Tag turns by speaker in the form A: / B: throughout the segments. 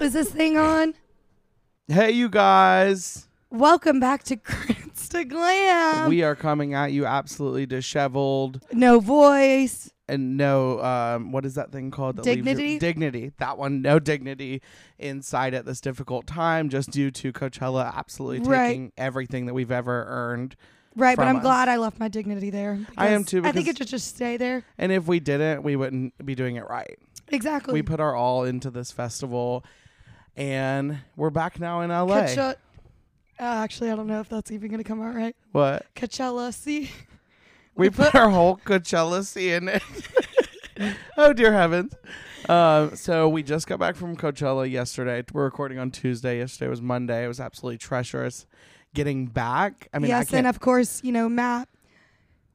A: this thing on?
B: Hey, you guys.
A: Welcome back to Grants to Glam.
B: we are coming at you absolutely disheveled
A: no voice.
B: and no, um, what is that thing called? that leaves you-
A: Dignity?
B: dignity. That one, no dignity inside at this difficult time just due to Coachella absolutely
A: Right.
B: taking everything that we've ever earned.
A: Right, but
B: From
A: I'm
B: us.
A: glad I left my dignity there.
B: I am
A: because
B: too,
A: I think it
B: because-
A: should just stay there.
B: And if we didn't, we wouldn't be doing it right.
A: Exactly.
B: We put our all into this festival and we're back now in LA.
A: Coacha- Uh, actually, I don't know if that's even going to come out right.
B: What?
A: Coachella, see?
B: We put our whole Coachella in it. oh dear heavens! Um, so we just got back from Coachella yesterday. We're recording on Tuesday. Yesterday was Monday. It was absolutely treacherous getting back. I mean, I
A: yes,
B: can't.
A: and of course, you know, Matt,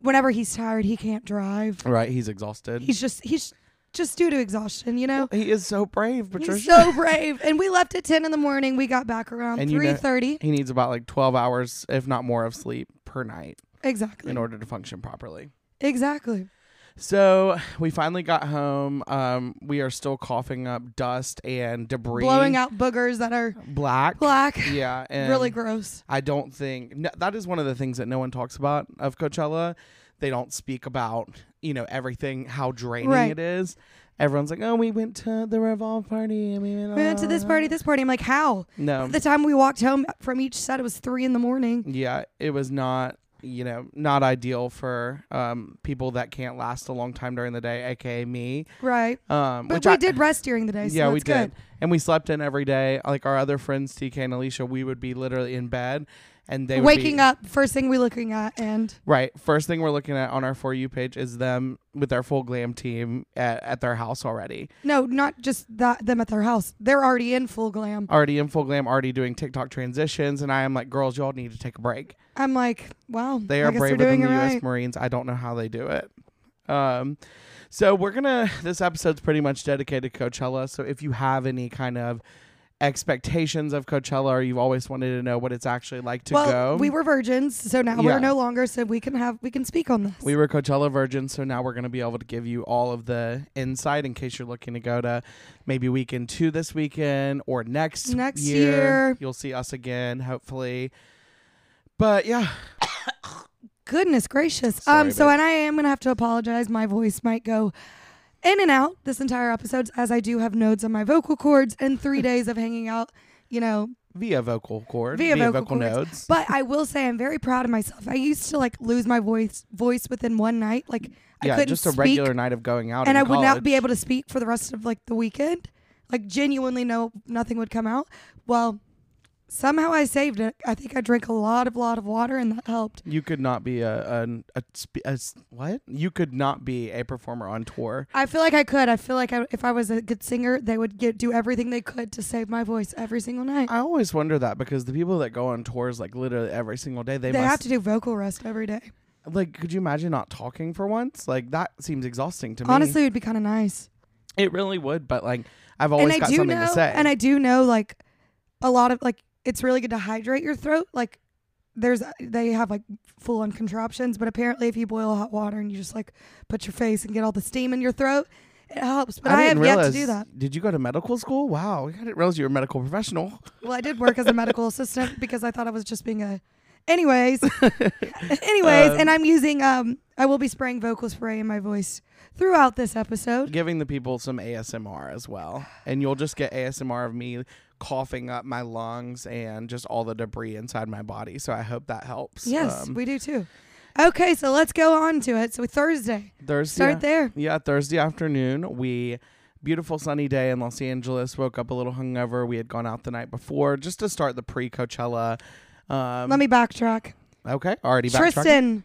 A: whenever he's tired, he can't drive.
B: right, he's exhausted.
A: He's just, he's just due to exhaustion, you know?
B: he is so brave, Patricia.
A: He's so brave. And we left at 10 in the morning. We got back around
B: And you know-
A: 3.30.
B: he needs about like twelve hours, if not more, of sleep per night
A: exactly.
B: in order to function properly.
A: Exactly.
B: So we finally got home. Um, we are still coughing up dust and debris,
A: Blowing out boogers that are
B: black.
A: black.
B: Yeah, and
A: really gross.
B: I don't think no, that is one of the things that no one talks about of Coachella. They don't speak about you know everything how draining
A: Right.
B: it is. Everyone's like, oh, we went to the Revolve party and we went,
A: We went to this
B: on."
A: party, this party. I'm like, how?
B: No,
A: the time we walked home from each set, it was three in the morning.
B: yeah, it was not you know not ideal for um, people that can't last a long time during the day, aka me.
A: Right.
B: Um,
A: But
B: which
A: we
B: I,
A: did rest during the day. So
B: yeah, we
A: that's good.
B: did, and we slept in every day. Like our other friends, TK and Alicia, we would be literally in bed, and they would
A: Waking
B: be,
A: up, first thing we're looking at, and
B: Right. First thing we're looking at on our for you page is them with their full glam team at, at their house already.
A: no, not just that them at their house. They're already in full glam.
B: Already in full glam, already doing TikTok transitions, and I am like, girls, y'all need to take a break.
A: I'm like, wow,
B: They
A: I
B: are
A: guess they're
B: braver than
A: doing
B: the
A: it
B: US
A: right.
B: Marines. I don't know how they do it. Um so we're gonna this episode's pretty much dedicated to Coachella. So if you have any kind of expectations of Coachella or you've always wanted to know what it's actually like to
A: well,
B: go.
A: we were virgins, so now
B: Yeah.
A: we're no longer. So we can have we can speak on this.
B: We were Coachella virgins, so now we're going to be able to give you all of the insight in case you're looking to go to maybe weekend two this weekend or next
A: Next
B: year.
A: year.
B: You'll see us again, hopefully. But yeah,
A: Goodness gracious.
B: Sorry,
A: um. So
B: babe.
A: and I am gonna have to apologize. My voice might go. In and out this entire episode, as I do have nodes on my vocal cords and three days of hanging out, you know,
B: via vocal cord,
A: Via vocal cords.
B: nodes.
A: But I will say I'm very proud of myself. I used to like lose my voice voice within one night. Like I
B: yeah,
A: couldn't
B: just a
A: speak,
B: regular night of going out,
A: and
B: in
A: I would not be
B: college.
A: able to speak for the rest of like the weekend. Like genuinely, no, nothing would come out. Well, somehow I saved it. I think I drank a lot of lot of water, and that helped.
B: You could not be a, a, a, sp- a s- what? You could not be a performer on tour.
A: I feel like I could. I feel like I, if I was a good singer, they would get do everything they could to save my voice every single night.
B: I always wonder that because the people that go on tours like literally every single day, they,
A: They,
B: must
A: have to do vocal rest every day.
B: like. Could you imagine not talking for once? Like that seems exhausting to me.
A: Honestly, it would be kind of nice.
B: It really would, but like I've always got something
A: know,
B: to say.
A: And I do know like a lot of like it's really good to hydrate your throat. Like there's they have like full on contraptions, but apparently if you boil hot water and you just like put your face and get all the steam in your throat, it helps. But I, have
B: didn't
A: yet to
B: realize.
A: do that.
B: Did you go to medical school? Wow, I didn't realize you were a medical professional.
A: Well, I did work as a medical assistant because I thought I was just being a anyways. anyways, and I'm using um I will be spraying vocal spray in my voice throughout this episode.
B: Giving the people some ASMR as well, and you'll just get ASMR of me coughing up my lungs and just all the debris inside my body. So I hope that helps.
A: Yes,
B: Um,
A: we do too. Okay, so let's go on to it. So Thursday.
B: Thursday.
A: Start there.
B: Yeah, Thursday afternoon, we beautiful sunny day in Los Angeles. Woke up a little hungover. We had gone out the night before just to start the pre Coachella. Um,
A: Let me backtrack.
B: Okay, already backtracking.
A: Tristan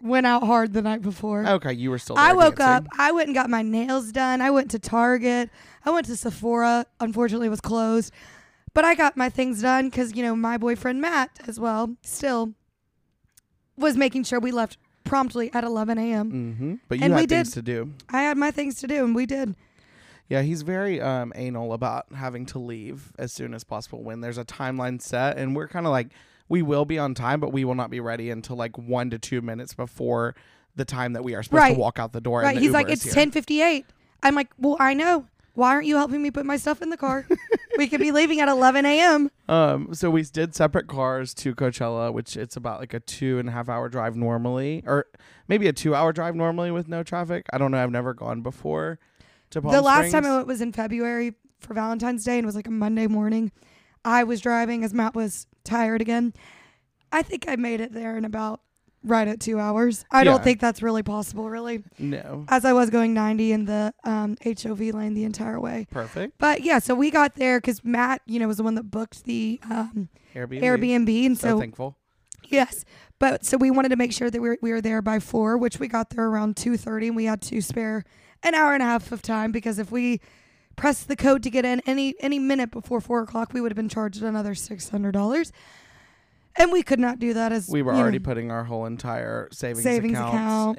A: went out hard the night before.
B: Okay, you were still.
A: I
B: there
A: woke
B: dancing.
A: up. I went and got my nails done. I went to Target. I went to Sephora. Unfortunately, it was closed. But I got my things done because, you know, my boyfriend Matt as well still was making sure we left promptly at 11 a.m.
B: Mm-hmm. But you
A: And
B: had
A: we
B: things
A: did-
B: to do.
A: I had my things to do and we did.
B: Yeah, he's very um, anal about having to leave as soon as possible when there's a timeline set, and we're kind of like we will be on time, but we will not be ready until like one to two minutes before the time that we are supposed
A: Right.
B: to walk out the door.
A: Right.
B: and the
A: He's
B: Uber
A: like,
B: is
A: it's
B: here."
A: 1058. I'm like, well, I know. Why aren't you helping me put my stuff in the car? we could be leaving at 11 a.m.
B: Um, so we did separate cars to Coachella, which it's about like a two and a half hour drive normally, or maybe a two hour drive normally with no traffic. I don't know. I've never gone before. To Palm
A: the last time
B: Springs.
A: I went was in February for Valentine's Day and it was like a Monday morning. I was driving as Matt was tired again. I think I made it there in about right at two hours. I
B: Yeah.
A: don't think that's really possible, really,
B: no,
A: as I was going 90 in the um, HOV lane the entire way.
B: perfect
A: But yeah, so we got there because Matt, you know, was the one that booked the um,
B: Airbnb.
A: Airbnb, and
B: So,
A: so
B: thankful.
A: Yes, but so we wanted to make sure that we were, we were there by four, which we got there around two thirty, and we had to spare an hour and a half of time because if we pressed the code to get in any any minute before four o'clock, we would have been charged another six hundred dollars, and we could not do that as
B: We were
A: you know,
B: already putting our whole entire savings,
A: Savings
B: account,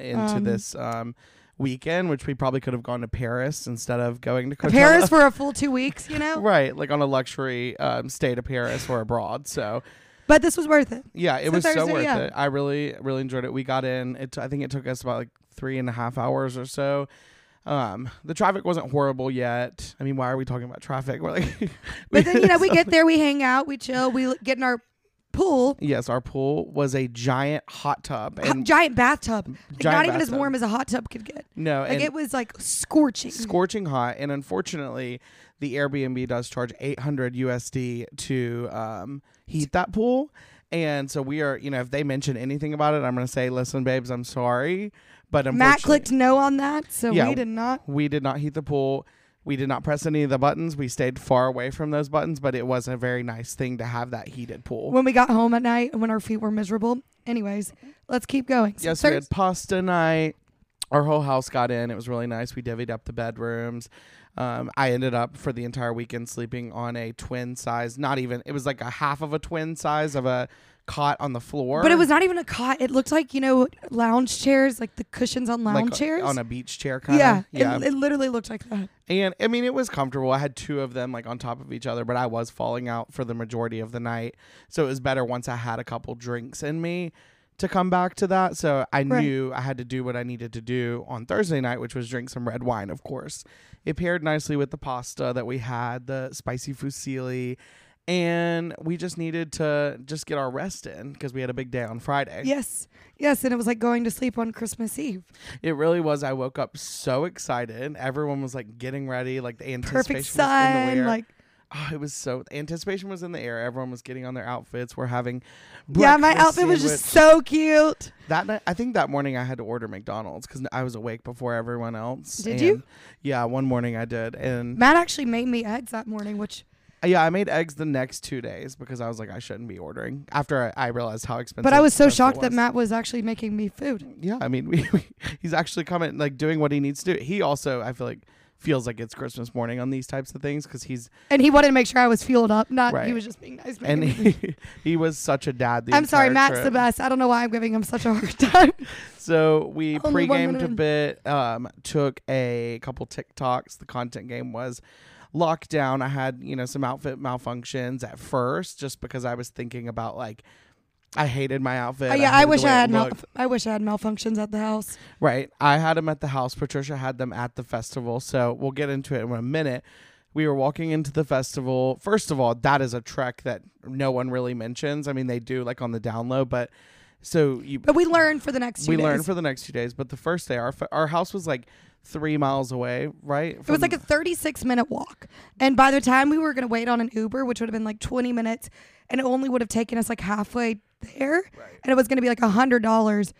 A: account,
B: into
A: um,
B: this um, weekend, which we probably could have gone to Paris instead of going to Coachella.
A: Paris for a full two weeks, you know.
B: right, like on a luxury um, stay to Paris or abroad. So
A: But this was worth it.
B: Yeah, it
A: So
B: was so
A: Thursday,
B: worth
A: yeah.
B: it. I really, really enjoyed it. We got in. It. t- I think it took us about like three and a half hours or so. Um, the traffic wasn't horrible yet. I mean, why are we talking about traffic? We're like, we-
A: But then you know we get there, we hang out, we chill, we l- get in our pool,
B: yes, our pool was a giant hot tub
A: hot-
B: and
A: giant bathtub, like
B: giant
A: not even as
B: bathtub.
A: warm as a hot tub could get.
B: no,
A: Like
B: and
A: it was like scorching.
B: scorching hot. And unfortunately, the Airbnb does charge 800 USD to um, heat that pool. And so we are, you know, if they mention anything about it, I'm going to say, listen, babes, I'm sorry, but
A: Matt
B: unfortunately,
A: clicked no on that, so
B: Yeah.
A: we did not.
B: We did not heat the pool. We did not press any of the buttons. We stayed far away from those buttons, but it was a very nice thing to have that heated pool.
A: When we got home at night, when our feet were miserable. Anyways, let's keep going. So
B: yes, we
A: Thurs-
B: had pasta night. Our whole house got in. It was really nice. We divvied up the bedrooms. Um, I ended up for the entire weekend sleeping on a twin size, not even, it was like a half of a twin size of a cot on the floor.
A: but it was not even a cot. It looked like you know lounge chairs, like the cushions on
B: like
A: lounge
B: a-
A: chairs.
B: on a beach chair kind of.
A: yeah,
B: Yeah.
A: It, it literally looked like that.
B: And I mean, it was comfortable. I had two of them like on top of each other, but I was falling out for the majority of the night. So it was better once I had a couple drinks in me to come back to that. So I
A: Right.
B: knew I had to do what I needed to do on Thursday night, which was drink some red wine, of course. It paired nicely with the pasta that we had, the spicy fusilli. And we just needed to just get our rest in because we had a big day on Friday.
A: Yes, yes, and it was like going to sleep on Christmas Eve.
B: It really was. I woke up so excited. Everyone was like getting ready, like the anticipation
A: Perfect
B: was in the
A: sun,
B: air.
A: like
B: Oh, it was so anticipation was in the air. Everyone was getting on their outfits. We're having
A: yeah. My
B: breakfast
A: outfit was just
B: sandwich.
A: so cute.
B: that night. I think that morning I had to order McDonald's because I was awake before everyone else.
A: Did
B: and-
A: you?
B: Yeah, one morning I did, and
A: Matt actually made me eggs that morning, which
B: yeah, I made eggs the next two days because I was like I shouldn't be ordering after I, I realized how expensive.
A: but I was so
B: Tesla
A: shocked that
B: was.
A: Matt was actually making me food.
B: Yeah, I mean, we, we he's actually coming like doing what he needs to do. He also I feel like feels like it's Christmas morning on these types of things because he's
A: And he wanted to make sure I was fueled up, not
B: Right.
A: he was just being nice. making
B: and
A: me
B: he, he was such a dad. The
A: I'm sorry,
B: entire
A: Matt's
B: trip.
A: the best. I don't know why I'm giving him such a hard time.
B: So
A: Only
B: we
A: one
B: pre-gamed
A: minute
B: a
A: in.
B: bit, um, took a couple TikToks. The content game was lockdown. I had, you know, some outfit malfunctions at first just because I was thinking about like I hated my outfit.
A: Uh, yeah, I
B: hated the
A: wish
B: way
A: I
B: it
A: had mal-
B: looked.
A: I wish I had malfunctions at the house.
B: Right. I had them at the house. Patricia had them at the festival. So we'll get into it in a minute. We were walking into the festival. First of all, that is a trek that no one really mentions. I mean, they do like on the down low, but so you
A: But we learned for the next two
B: we
A: days.
B: learned for the next two days. But the first day, our f- our house was like three miles away, right?
A: it was like a 36 minute walk. And by the time we were going to wait on an Uber, which would have been like 20 minutes, and it only would have taken us like halfway there, and it was going to be like $100,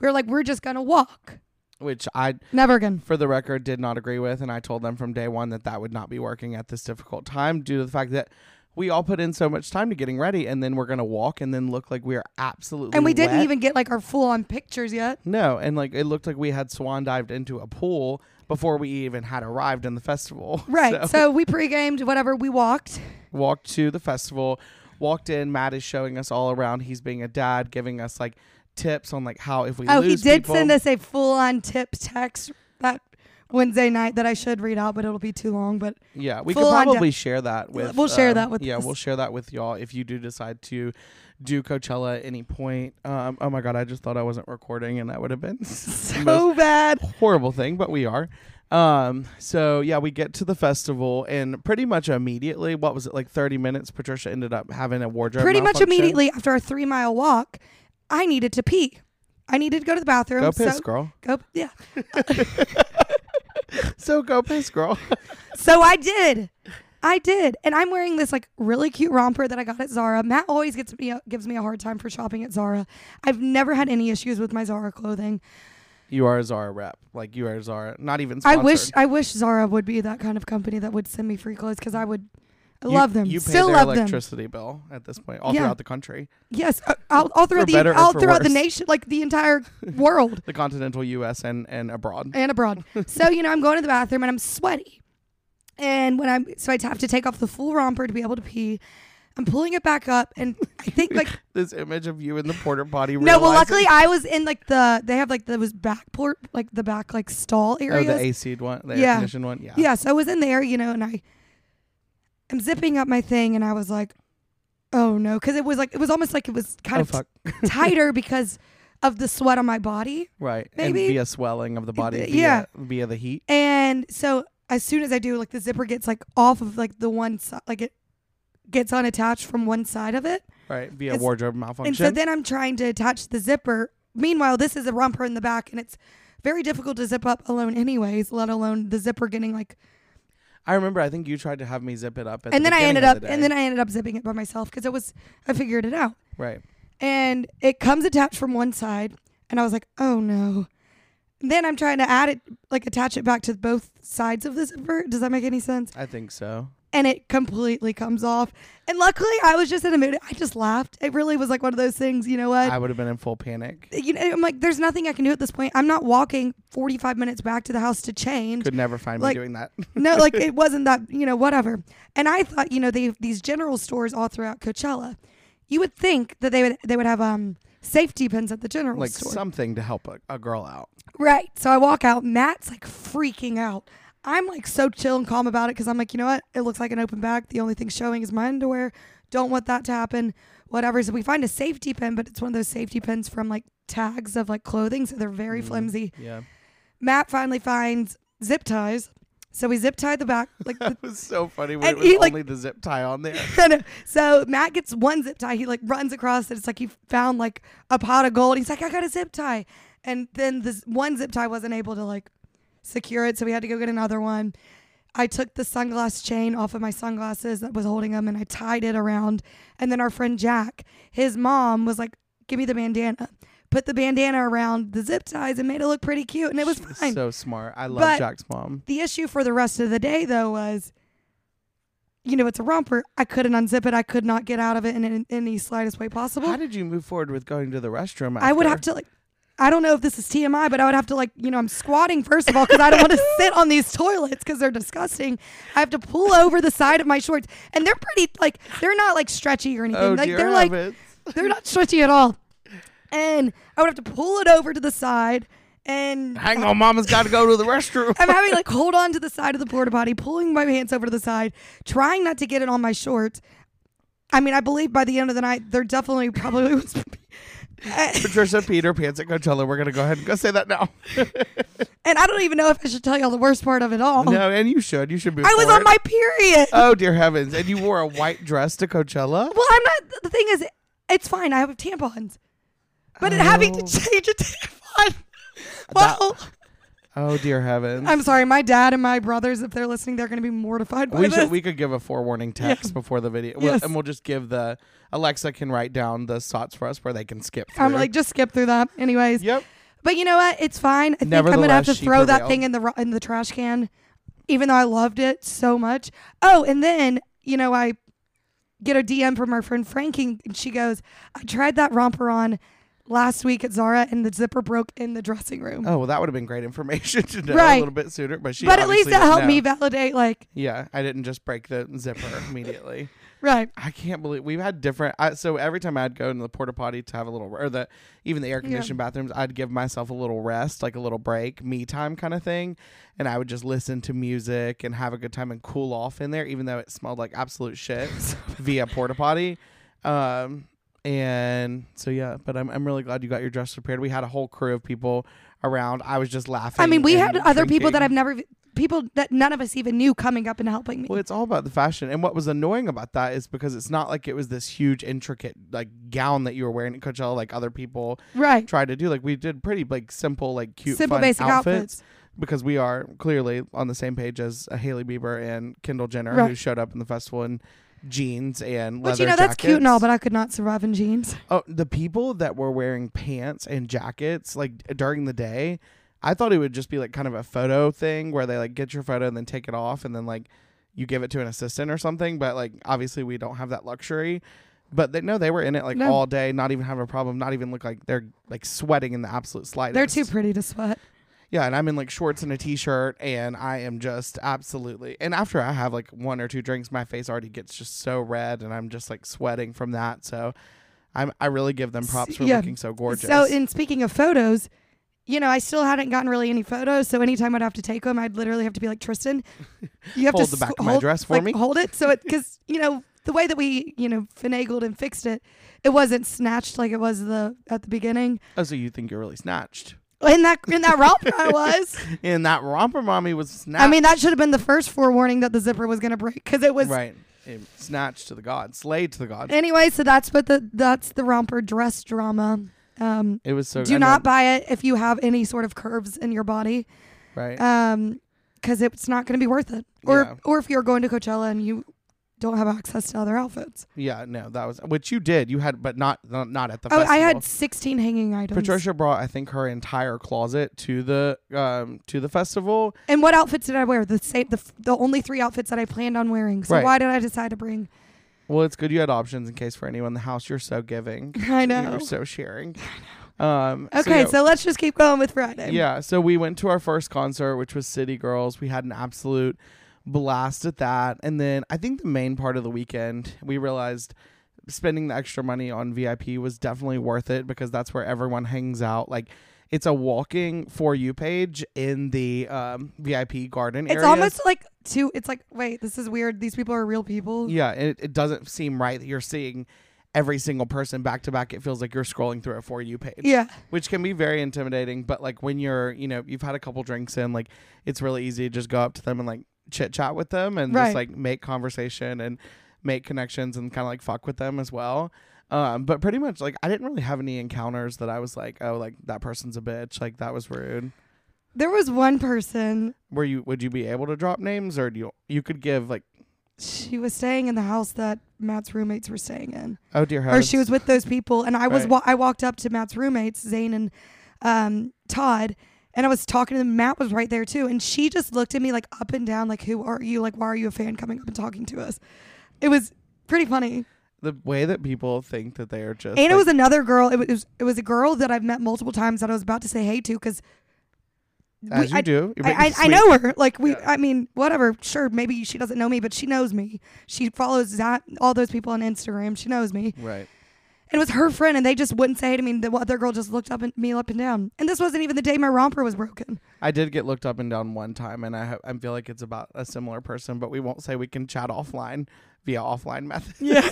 A: we were like, we're just going to walk.
B: which I,
A: Never again.
B: for the record, did not agree with, and I told them from day one that that would not be working at this difficult time due to the fact that we all put in so much time to getting ready, and then we're gonna walk and then look like we are absolutely
A: And we didn't
B: wet.
A: even get like our full on pictures yet.
B: no, and like it looked like we had swan dived into a pool before we even had arrived in the festival,
A: Right.
B: So-
A: So, we pre-gamed whatever. We walked.
B: walked to the festival, walked in. Matt is showing us all around. He's being a dad, giving us like tips on like how if we
A: Oh, he
B: lose
A: did
B: people,
A: send us a full on tip text that Wednesday night that I should read out, but it'll be too long. But
B: yeah, we could
A: full on
B: probably share that with. um,
A: We'll share that with
B: Yeah,
A: us.
B: we'll share that with y'all if you do decide to do Coachella at any point. Um, oh my God, I just thought I wasn't recording, and that would have been
A: so bad.
B: horrible thing, but we are. Um, so yeah, we get to the festival and pretty much immediately, what was it, like 30 minutes, Patricia ended up having a wardrobe.
A: Pretty much
B: malfunction.
A: immediately after our three mile walk, I needed to pee. I needed to go to the bathroom.
B: Go piss,
A: so,
B: girl.
A: go, yeah.
B: So go piss, girl.
A: So I did. I did. And I'm wearing this like really cute romper that I got at Zara. Matt always gets me a, gives me a hard time for shopping at Zara. I've never had any issues with my Zara clothing.
B: you are a Zara rep. Like you are a Zara. Not even
A: I
B: sponsored.
A: wish I wish Zara would be that kind of company that would send me free clothes cuz I would I
B: You-
A: love them.
B: You pay
A: Still
B: their
A: love them.
B: electricity bill at this point, all
A: Yeah.
B: throughout the country,
A: Yes, uh, all, all throughout
B: better or
A: the all
B: for
A: throughout the
B: worse.
A: nation, like the entire world.
B: the continental U.S. and and abroad.
A: and abroad. so you know, I'm going to the bathroom and I'm sweaty, and when I'm so I have to take off the full romper to be able to pee. I'm pulling it back up, and I think like
B: This image of you in the porter potty.
A: no. Well,
B: realizing-
A: luckily I was in like the they have like those back port like the back like stall
B: Oh,
A: areas.
B: the AC one, the air
A: Yeah.
B: conditioned one. Yeah.
A: yeah, so I was in there, you know, and I I'm zipping up my thing, and I was like, oh no, because it was like it was almost like it was kind
B: Oh,
A: of
B: fuck.
A: tighter because of the sweat on my body.
B: Right.
A: Maybe-
B: And via swelling of the body.
A: th-
B: via,
A: yeah.
B: Via the heat.
A: And so as soon as I do, like the zipper gets like off of like the one side, like it gets unattached from one side of it.
B: Right. Via
A: It's-
B: wardrobe
A: And
B: malfunction.
A: so then I'm trying to attach the zipper. Meanwhile, this is a romper in the back and it's very difficult to zip up alone anyways, let alone the zipper getting like
B: I remember. I think you tried to have me zip it up. At
A: and
B: the
A: then I
B: beginning
A: ended
B: of
A: up
B: the
A: and
B: day.
A: then I ended up zipping it by myself because it was I figured it out.
B: Right.
A: and it comes attached from one side and i was like oh no then i'm trying to add it like attach it back to both sides of the zipper does that make any sense
B: I think so.
A: and it completely comes off and luckily i was just in a mood i just laughed it really was like one of those things you know what
B: I would have been in full panic.
A: you know, i'm like there's nothing i can do at this point i'm not walking 45 minutes back to the house to change
B: Could never find
A: Like-
B: me doing that.
A: no like it wasn't that you know whatever and i thought you know they these general stores all throughout coachella you would think that they would they would have um safety pins at the general
B: like
A: store
B: something to help a, a girl out.
A: Right. So I walk out. Matt's like freaking out. I'm like so chill and calm about it because I'm like, you know what? It looks like an open bag. The only thing showing is my underwear. Don't want that to happen. Whatever. So we find a safety pin, but it's one of those safety pins from like tags of like clothing. So they're very
B: Mm.
A: flimsy.
B: Yeah.
A: Matt finally finds zip ties. So we zip tie the back, like the
B: That was so funny when
A: And
B: it was
A: he, like-
B: only the zip tie on there.
A: I know. so Matt gets one zip tie. He like runs across it. It's like he found like a pot of gold. He's like, I got a zip tie. And then this one zip tie wasn't able to like secure it, so we had to go get another one. I took the sunglass chain off of my sunglasses that was holding them and I tied it around. And then our friend Jack, his mom was like, Give me the bandana. Put the bandana around the zip ties and made it look pretty cute. And it was
B: She
A: fine.
B: So smart. I love
A: But-
B: Jack's mom.
A: The issue for the rest of the day, though, was you know, it's a romper. I couldn't unzip it. I could not get out of it in, in any slightest way possible.
B: How did you move forward with going to the restroom? After?
A: I would have to, like, I don't know if this is TMI, but I would have to, like, you know, I'm squatting, first of all, because I don't want to sit on these toilets because they're disgusting. I have to pull over the side of my shorts, and they're pretty, like, they're not, like, stretchy or anything.
B: Oh,
A: like,
B: dear
A: they're, like,
B: heavens.
A: they're not stretchy at all. And I would have to pull it over to the side and
B: Hang on, mama's got to go to the restroom.
A: I'm having like hold on to the side of the porta potty, pulling my pants over to the side, trying not to get it on my shorts. I mean, I believe by the end of the night, there definitely probably was. and
B: Patricia Peter pants at Coachella. We're gonna go ahead and go say that now.
A: I don't even know if I should tell y'all the worst part of it all.
B: No, and you should. You should be.
A: Oh. I was on my period.
B: Oh dear heavens! And you wore a white dress to Coachella.
A: well, I'm not. The thing is, it's fine. I have tampons, but it having to
B: Oh.
A: change a tampon. Well,
B: Oh dear heavens!
A: I'm sorry. My dad and my brothers, if they're listening, they're going to be mortified by
B: we
A: this.
B: should. We could give a forewarning text before the video, We'll-
A: Yes.
B: and we'll just give the Alexa can write down the spots for us where they can skip. Through.
A: I'm like, just skip through that. Anyways,
B: yep.
A: But you know what? It's fine. I think I'm gonna have
B: Nevertheless,
A: to
B: she
A: throw that
B: prevailed.
A: thing in the ro- in the trash can, even though I loved it so much. Oh, and then you know I get a DM from our friend Frankie, and she goes, "I tried that romper on last week at Zara, and the zipper broke in the dressing room."
B: Oh well, that would have been great information to know
A: Right.
B: a little bit sooner. But she.
A: but at least
B: obviously
A: that
B: didn't
A: helped
B: know.
A: me validate, like,
B: Yeah, I didn't just break the zipper immediately.
A: right,
B: I can't believe we've had different. I, so every time I'd go into the porta potty to have a little, or the even the air conditioned bathrooms, I'd give myself a little rest, like a little break, me time kind of thing, and I would just listen to music and have a good time and cool off in there, even though it smelled like absolute shit via porta potty. Um, and so yeah, but I'm I'm really glad you got your dress prepared. We had a whole crew of people around. I was just laughing.
A: I mean, we had
B: and
A: other people that
B: drinking.
A: I've never people that none of us even knew coming up and helping me.
B: Well, it's all about the fashion. And what was annoying about that is because it's not like it was this huge, intricate like gown that you were wearing at Coachella, like other people
A: right.
B: tried to do. Like we did pretty like simple, like cute,
A: Simple
B: fun
A: basic
B: outfits,
A: outfits.
B: because we are clearly on the same page as uh, Haley Bieber and Kendall Jenner, who
A: Right.
B: showed up in the festival in jeans and leather
A: Which you know that's cute and
B: jackets.
A: all, but I could not survive in jeans.
B: Oh, the people that were wearing pants and jackets like d- during the day, I thought it would just be like kind of a photo thing where they like get your photo and then take it off and then like you give it to an assistant or something. But like obviously we don't have that luxury. But they no, they were in it like
A: No.
B: all day, not even having a problem, not even look like they're like sweating in the absolute slightest.
A: They're too pretty to sweat.
B: Yeah, and I'm in like shorts and a t-shirt, and I am just absolutely. And after I have like one or two drinks, my face already gets just so red, and I'm just like sweating from that. So, I'm I really give them props for
A: yeah.
B: looking so gorgeous.
A: So, in speaking of photos, you know, I still hadn't gotten really any photos. So anytime I'd have to take them, I'd literally have to be like Tristan, you have
B: Hold
A: to
B: the back
A: squ-
B: of my
A: hold-
B: dress for
A: like,
B: me."
A: Hold it so it because you know the way that we you know finagled and fixed it, it wasn't snatched like it was the at the beginning.
B: oh, so you think you're really snatched?
A: In that in that romper, I was.
B: And that romper mommy was snatched.
A: I mean, that should have been the first forewarning that the zipper was going to break because it was.
B: right? It- snatched to the gods, slayed to the gods.
A: Anyway, so that's what the that's the romper dress drama. Um,
B: It was so.
A: do
B: I
A: not
B: know,
A: buy it if you have any sort of curves in your body,
B: right.
A: um, because it's not going to be worth it. Or
B: Yeah.
A: or if you're going to Coachella and you don't have access to other outfits.
B: yeah, no, that was which you did. You had, but not not, not at the.
A: Oh, I
B: festival.
A: had 16 hanging items.
B: Patricia brought, I think, her entire closet to the um to the festival.
A: And what outfits did I wear? The same, the, f- the only three outfits that I planned on wearing. So
B: Right.
A: why did I decide to bring?
B: Well, it's good you had options in case for anyone in the house. You're so giving.
A: I know.
B: You're so sharing. Um,
A: Okay,
B: yeah,
A: so, let's just keep going with Friday.
B: yeah, so we went to our first concert, which was City Girls. We had an absolute blast at that, and then I think the main part of the weekend, we realized spending the extra money on VIP was definitely worth it because that's where everyone hangs out. Like. It's a walking for you page in the um, VIP garden
A: It's
B: area.
A: almost like two. It's like wait, this is weird. These people are real people.
B: Yeah, and it, it doesn't seem right that you're seeing every single person back to back. It feels like you're scrolling through a for you page,
A: Yeah.
B: which can be very intimidating. But like when you're, you know, you've had a couple drinks in, like it's really easy to just go up to them and like chit chat with them and just
A: Right.
B: like make conversation and make connections and kind of like fuck with them as well. Um, but pretty much like I didn't really have any encounters that I was like, oh, like that person's a bitch, like that was rude.
A: There was one person.
B: Were you would you be able to drop names or do you you could give like
A: She was staying in the house that Matt's roommates were staying in,
B: oh dear
A: or
B: heavens.
A: she was with those people. And I was.
B: Right.
A: Wa- I walked up to Matt's roommates, Zane and um, Todd, and I was talking to them. Matt was right there too, and she just looked at me like up and down, like, "Who are you? Like, why are you a fan coming up and talking to us?" It was pretty funny.
B: the way that people think that they are just
A: and
B: like,
A: it was another girl. It was it was a girl that I've met multiple times that I was about to say hey to because
B: As you
A: I,
B: do. You're being
A: I, I, I
B: sweet.
A: know her. Like we,
B: Yeah.
A: I mean, whatever. Sure, maybe she doesn't know me, but she knows me. She follows that all those people on Instagram. She knows me.
B: Right.
A: And it was her friend, and they just wouldn't say hey to me. And the other girl just looked up at me up and down. And this wasn't even the day my romper was broken.
B: I did get looked up and down one time, and I ho- I feel like it's about a similar person, but we won't say we can chat offline via offline method.
A: Yeah.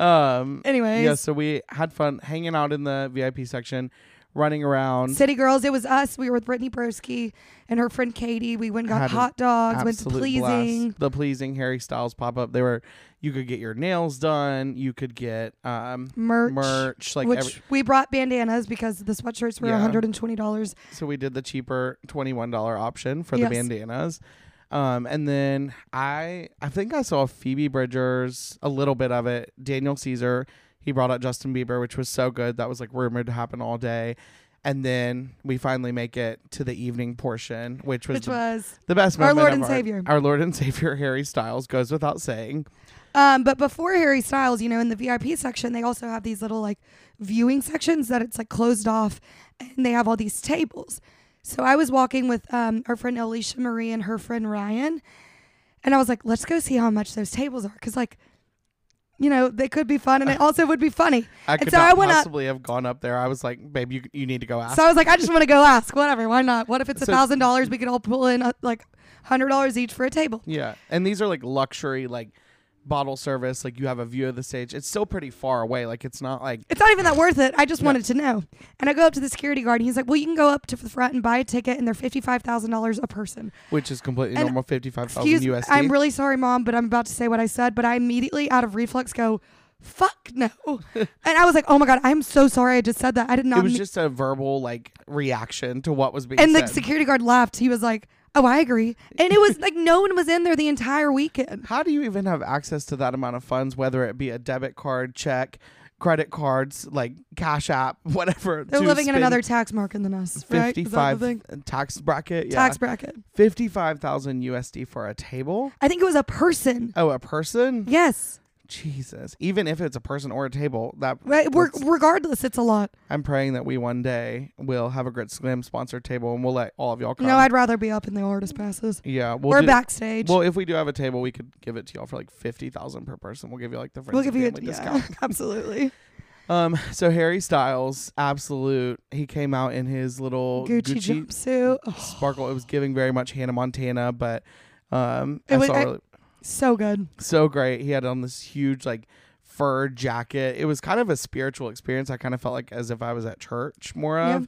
B: Um.
A: Anyways,
B: Yeah. So we had fun hanging out in the VIP section, running around.
A: City Girls. It was us. We were with Brittany Broski and her friend Katie. We went and got
B: Had an
A: hot dogs. Went to
B: Absolute
A: pleasing.
B: blast. The pleasing Harry Styles pop up. They were. You could get your nails done. You could get um
A: Merch,
B: merch like
A: which
B: every,
A: we brought bandanas because the sweatshirts were
B: Yeah.
A: $120.
B: So we did the cheaper $21 option for the
A: Yes.
B: bandanas. Um, and then I I think I saw Phoebe Bridgers, a little bit of it. Daniel Caesar, he brought out Justin Bieber, which was so good. That was like rumored to happen all day. And then we finally make it to the evening portion, which was,
A: Which
B: the,
A: was
B: the best
A: our
B: moment.
A: Lord
B: of
A: and Savior.
B: Our Lord and Savior Harry Styles goes without saying.
A: Um, but before Harry Styles, you know, in the VIP section, they also have these little like viewing sections that it's like closed off, and they have all these tables. So I was walking with um, our friend Alicia Marie and her friend Ryan, and I was like, "Let's go see how much those tables are," because like, you know, they could be fun, and it also would be funny.
B: I
A: And
B: could
A: so I
B: not
A: went up-
B: possibly have gone up there. I was like, babe, you, you need to go ask.
A: So I was like, "I just want to go ask, whatever, why not? What if it's a
B: So-
A: thousand dollars? We could all pull in uh, like hundred dollars each for a table."
B: Yeah, and these are like luxury, like bottle service, like you have a view of the stage. It's still pretty far away. Like it's not like
A: It's not even that worth it. I just wanted to know. And I go up to the security guard and he's like, Well, you can go up to the front and buy a ticket and they're $55,000 a person.
B: which is completely
A: And
B: normal fifty five thousand
A: Excuse me.
B: USD.
A: I'm really sorry, mom, but I'm about to say what I said. But I immediately, out of reflex, go, Fuck no. and I was like, Oh my God, I'm so sorry I just said that. I did not
B: it was
A: mean-"
B: just a verbal like reaction to what was being
A: And the
B: said.
A: security guard laughed. He was like, Oh, I agree. And it was like no one was in there the entire weekend.
B: How do you even have access to that amount of funds, whether it be a debit card, check, credit cards, like Cash App, whatever?
A: They're
B: to
A: living in
B: spend
A: another tax market than us, right? Is that the
B: fifty-five uh,
A: thing?
B: tax bracket. Yeah,
A: Tax bracket.
B: fifty-five thousand USD for a table.
A: I think it was a person.
B: Oh, a person?
A: Yes.
B: Jesus! Even if it's a person or a table, that
A: Right. We're,
B: that's-
A: regardless, it's a lot.
B: I'm praying that we one day will have a Grit Slim sponsored table, and we'll let all of y'all come.
A: No, I'd rather be up in the artist passes
B: yeah, we'll
A: or
B: do-
A: backstage.
B: Well, if we do have a table, we could give it to y'all for like fifty thousand per person. We'll give you like the friends
A: we'll
B: and
A: give you a
B: family
A: yeah,
B: discount.
A: absolutely.
B: Um, so Harry Styles, absolute, he came out in his little
A: Gucci,
B: Gucci,
A: jumpsuit. Oh,
B: sparkle. It was giving very much Hannah Montana, but um,
A: It
B: I
A: was-
B: saw
A: I-
B: really-
A: so good.
B: so great. He had on this huge like fur jacket. It was kind of a spiritual experience. I kind of felt like as if I was at church more
A: Yeah.
B: of.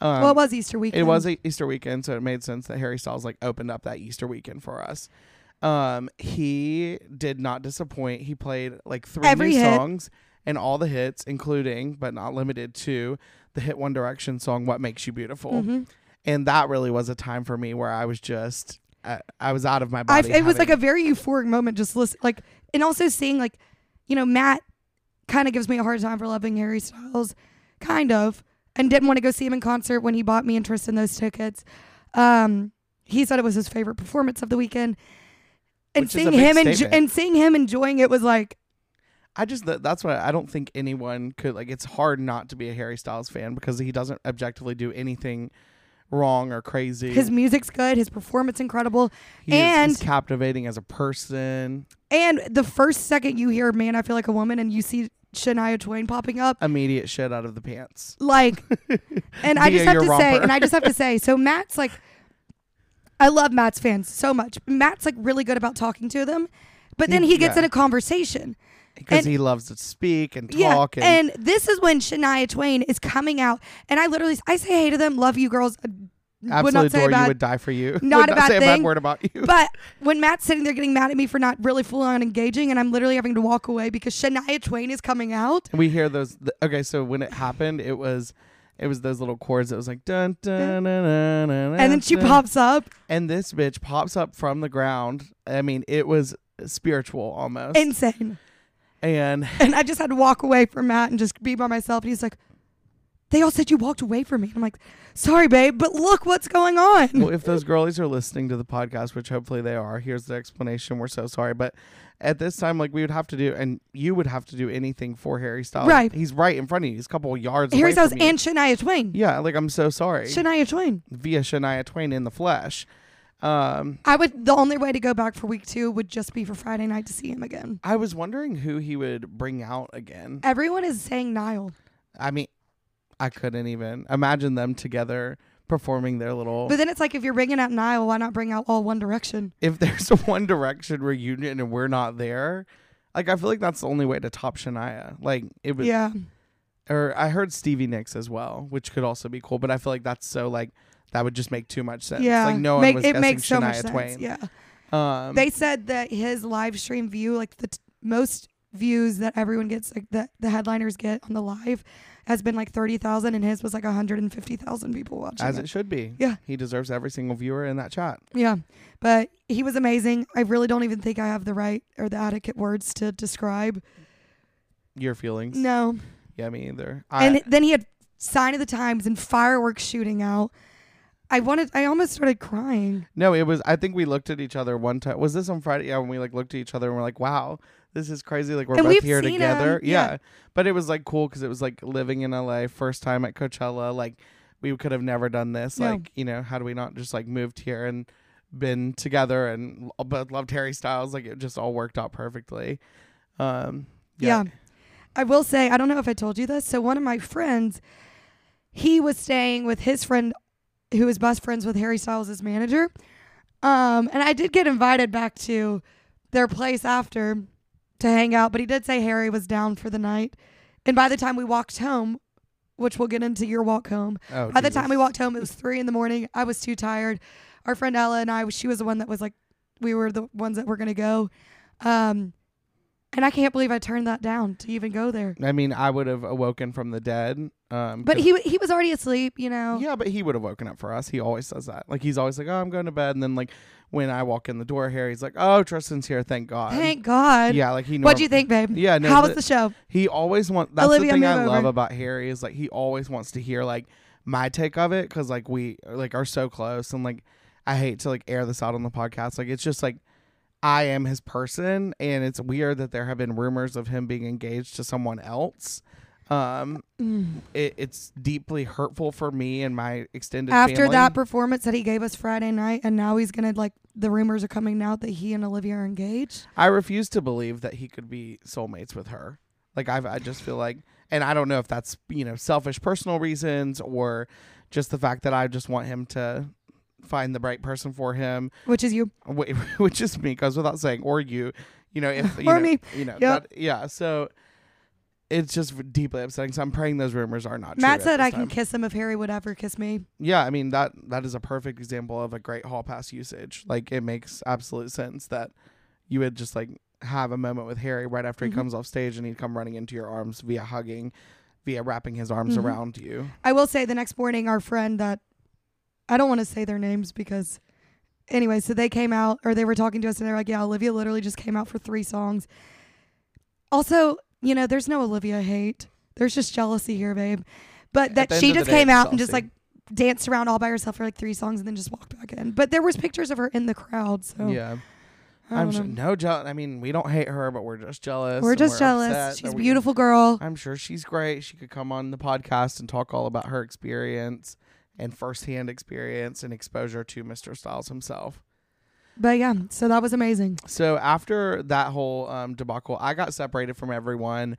B: Um,
A: well, it was Easter weekend.
B: it was a Easter weekend, so it made sense that Harry Styles like opened up that Easter weekend for us. Um, he did not disappoint. He played like three
A: Every
B: new
A: hit.
B: songs and all the hits, including but not limited to the hit One Direction song "What Makes You Beautiful,"
A: Mhm.
B: and that really was a time for me where I was just I, I was out of my
A: I,
B: body.
A: it was like
B: having-
A: a very euphoric moment. Just listen, like, and also seeing like, you know, Matt kind of gives me a hard time for loving Harry Styles, kind of, and didn't want to go see him in concert when he bought me interest in those tickets. Um, he said it was his favorite performance of the weekend, and
B: Which is a
A: seeing
B: big
A: him enjo-
B: statement.
A: and seeing him enjoying it was like
B: I just that, that's why I don't think anyone could like. It's hard not to be a Harry Styles fan because he doesn't objectively do anything wrong or crazy.
A: his music's good, his performance incredible,
B: He is-
A: and-
B: he's captivating as a person
A: And the first second you hear "Man, I Feel Like a Woman" and you see Shania Twain popping up,
B: immediate shit out of the pants
A: like, and I
B: Via
A: just have
B: your
A: to say,
B: romper.
A: and I just have to say, so Matt's like, I love Matt's fans so much. Matt's like really good about talking to them, but then
B: He-
A: he gets
B: yeah.
A: in a conversation.
B: because
A: And-
B: he loves to speak and
A: Yeah,
B: talk and,
A: and this is when Shania Twain is coming out, and I literally, I say hey to them, love you girls, uh, would
B: absolutely
A: not say
B: adore
A: bad.
B: you would die for you would
A: Not a bad
B: say a
A: thing,
B: bad word about you
A: But when Matt's sitting there getting mad at me for not really full on engaging, and I'm literally having to walk away because Shania Twain is coming out.
B: we hear those th- okay so when it happened it was it was those little chords that was like dun dun dun dun, dun
A: And then she
B: dun.
A: pops up,
B: and this bitch pops up from the ground i mean it was spiritual almost and,
A: insane. And I just had to walk away from Matt and just be by myself. And he's like, they all said you walked away from me. I'm like, sorry, babe, but look what's going on.
B: well if those girlies are listening to the podcast which hopefully they are here's the explanation we're so sorry but at this time like we would have to do and you would have to do anything for harry styles
A: Right.
B: he's right in front of you he's a couple of yards
A: Harry
B: away
A: Styles
B: from you.
A: and Shania Twain.
B: yeah like i'm so sorry
A: Shania Twain.
B: via shania twain in the flesh um
A: I would, the only way to go back for week two would just be for Friday night to see him again.
B: i was wondering who he would bring out again
A: Everyone is saying Niall,
B: i mean i couldn't even imagine them together performing their little
A: but then it's like if you're bringing out Niall, why not bring out all One Direction?
B: if there's a One Direction reunion and we're not there, like I feel like that's the only way to top Shania. Like it was,
A: yeah,
B: or I heard Stevie Nicks as well, which could also be cool. But I feel like that's so like that would just make too much sense.
A: yeah.
B: like no
A: Make-
B: one was
A: it
B: guessing
A: makes
B: Shania
A: so much
B: Twain.
A: sense. Yeah,
B: Um,
A: they said that his live stream view, like the t- most views that everyone gets, like the, the headliners get on the live, has been like 30,000, and his was like 150,000 people watching.
B: as
A: it.
B: it should be.
A: Yeah.
B: he deserves every single viewer in that chat.
A: yeah. But he was amazing. I really don't even think I have the right or the adequate words to describe.
B: Your feelings?
A: No.
B: Yeah, me either. I,
A: and then he had Sign of the Times and fireworks shooting out. I wanted, I almost started crying.
B: no, it was. I think we looked at each other one time. Was this on Friday? Yeah, when we like looked at each other and we're like, "Wow, this is crazy." Like we're
A: And
B: both
A: we've
B: here
A: seen 'em,
B: together.
A: yeah.
B: Yeah. but it was like cool because it was like living in LA, first time at Coachella. Like we could have never done this.
A: No.
B: Like you know, had we not just like moved here and been together and l- both loved Harry Styles, like it just all worked out perfectly. Um, yeah,
A: Yeah. I will say, I don't know if I told you this. So one of my friends, he was staying with his friend who is best friends with Harry Styles' manager. Um, and I did get invited back to their place after. to hang out, but he did say Harry was down for the night. And by the time we walked home, which we'll get into your walk home,
B: Oh,
A: by the
B: Jesus.
A: time we walked home, it was three in the morning. I was too tired. Our friend Ella and I, she was the one that was like, we were the ones that were going to go. Um, and I can't believe I turned that down to even go there.
B: I mean, I would have awoken from the dead. Um,
A: But
B: 'cause-
A: he he was already asleep, you know.
B: yeah, but he would have woken up for us. He always says that. Like he's always like, "Oh, I'm going to bed," and then like when I walk in the door, Harry's like, "Oh, Tristan's here. Thank God."
A: Thank God.
B: Yeah, like he.
A: What'd
B: norm-
A: you think, babe?
B: Yeah, no,
A: How
B: the-
A: was the show?
B: He always wants. That's
A: Olivia,
B: the thing I
A: move
B: love
A: over.
B: about Harry is like he always wants to hear like my take of it because like we like are so close and like I hate to like air this out on the podcast. Like it's just like I am his person, and it's weird that there have been rumors of him being engaged to someone else. Um,
A: Mm.
B: it, it's deeply hurtful for me and my extended
A: After
B: family.
A: that performance that he gave us Friday night, and now he's gonna like the rumors are coming out that he and Olivia are engaged.
B: I refuse to believe that he could be soulmates with her. Like I, I just feel like, and I don't know if that's you know selfish personal reasons or just the fact that I just want him to find the right person for him,
A: Which is you.
B: wh- which is me goes without saying, or you, you know, if you
A: Or
B: know,
A: me.
B: you know,
A: Yep.
B: that- yeah. So it's just deeply upsetting. So I'm praying those rumors are not.
A: Matt
B: true at
A: said
B: this
A: I can
B: time.
A: kiss him if Harry would ever kiss me.
B: Yeah, I mean that that is a perfect example of a great hall pass usage. Like it makes absolute sense that you would just like have a moment with Harry right after
A: Mhm.
B: he comes off stage and he'd come running into your arms via hugging, via wrapping his arms
A: Mhm.
B: around you.
A: I will say the next morning, our friend that I don't want to say their names because, anyway, so they came out or they were talking to us and they're like, yeah, Olivia literally just came out for three songs. Also, you know, there's no Olivia hate. There's just jealousy here, babe. But
B: At
A: that
B: the
A: she
B: end of
A: just
B: the day,
A: came
B: it's
A: out and just like
B: jealousy.
A: danced around all by herself for like three songs and then just walked back in. But there was pictures of her in the crowd, so
B: Yeah.
A: oh, I
B: I'm
A: don't
B: sure,
A: know.
B: no jealous. I mean, we don't hate her, but we're just jealous.
A: we're
B: and
A: just
B: upset
A: jealous.
B: that
A: She's a
B: we-
A: beautiful girl.
B: I'm sure she's great. She could come on the podcast and talk all about her experience and firsthand experience and exposure to Mr. Styles himself.
A: But yeah, so that was amazing.
B: So after that whole um, debacle, I got separated from everyone,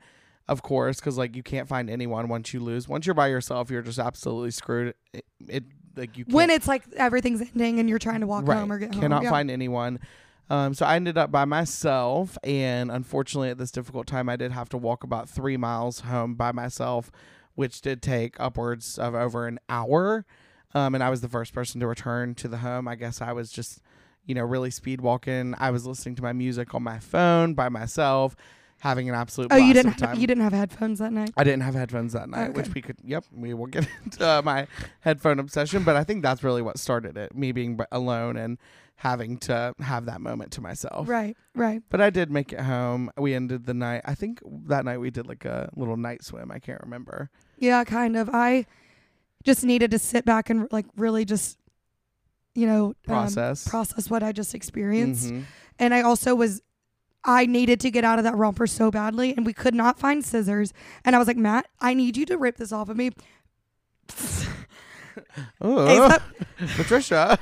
B: of course, because like you can't find anyone once you lose. Once you're by yourself, you're just absolutely screwed. It, it like you can't,
A: When it's like everything's ending and you're trying to walk
B: right,
A: home or get home.
B: cannot
A: Yeah.
B: find anyone. Um, so I ended up by myself, and unfortunately, at this difficult time, I did have to walk about three miles home by myself, which did take upwards of over an hour. Um, and I was the first person to return to the home. I guess I was just, you know, really speed walking. I was listening to my music on my phone by myself, having an absolute.
A: Oh, you
B: blast of
A: didn't
B: time.
A: have, you didn't have headphones that night.
B: I didn't have headphones that night,
A: Okay.
B: which we could. Yep, we will get into uh, my headphone obsession, but I think that's really what started it. Me being b- alone and having to have that moment to myself.
A: Right, right.
B: But I did make it home. We ended the night. I think that night we did like a little night swim. I can't remember.
A: Yeah, kind of. I just needed to sit back and like really just, you know, um,
B: Process.
A: process what I just experienced.
B: Mhm.
A: And I also was, I needed to get out of that romper so badly, and we could not find scissors. And I was like, Matt, I need you to rip this off of me.
B: Oh,
A: ASAP,
B: Patricia.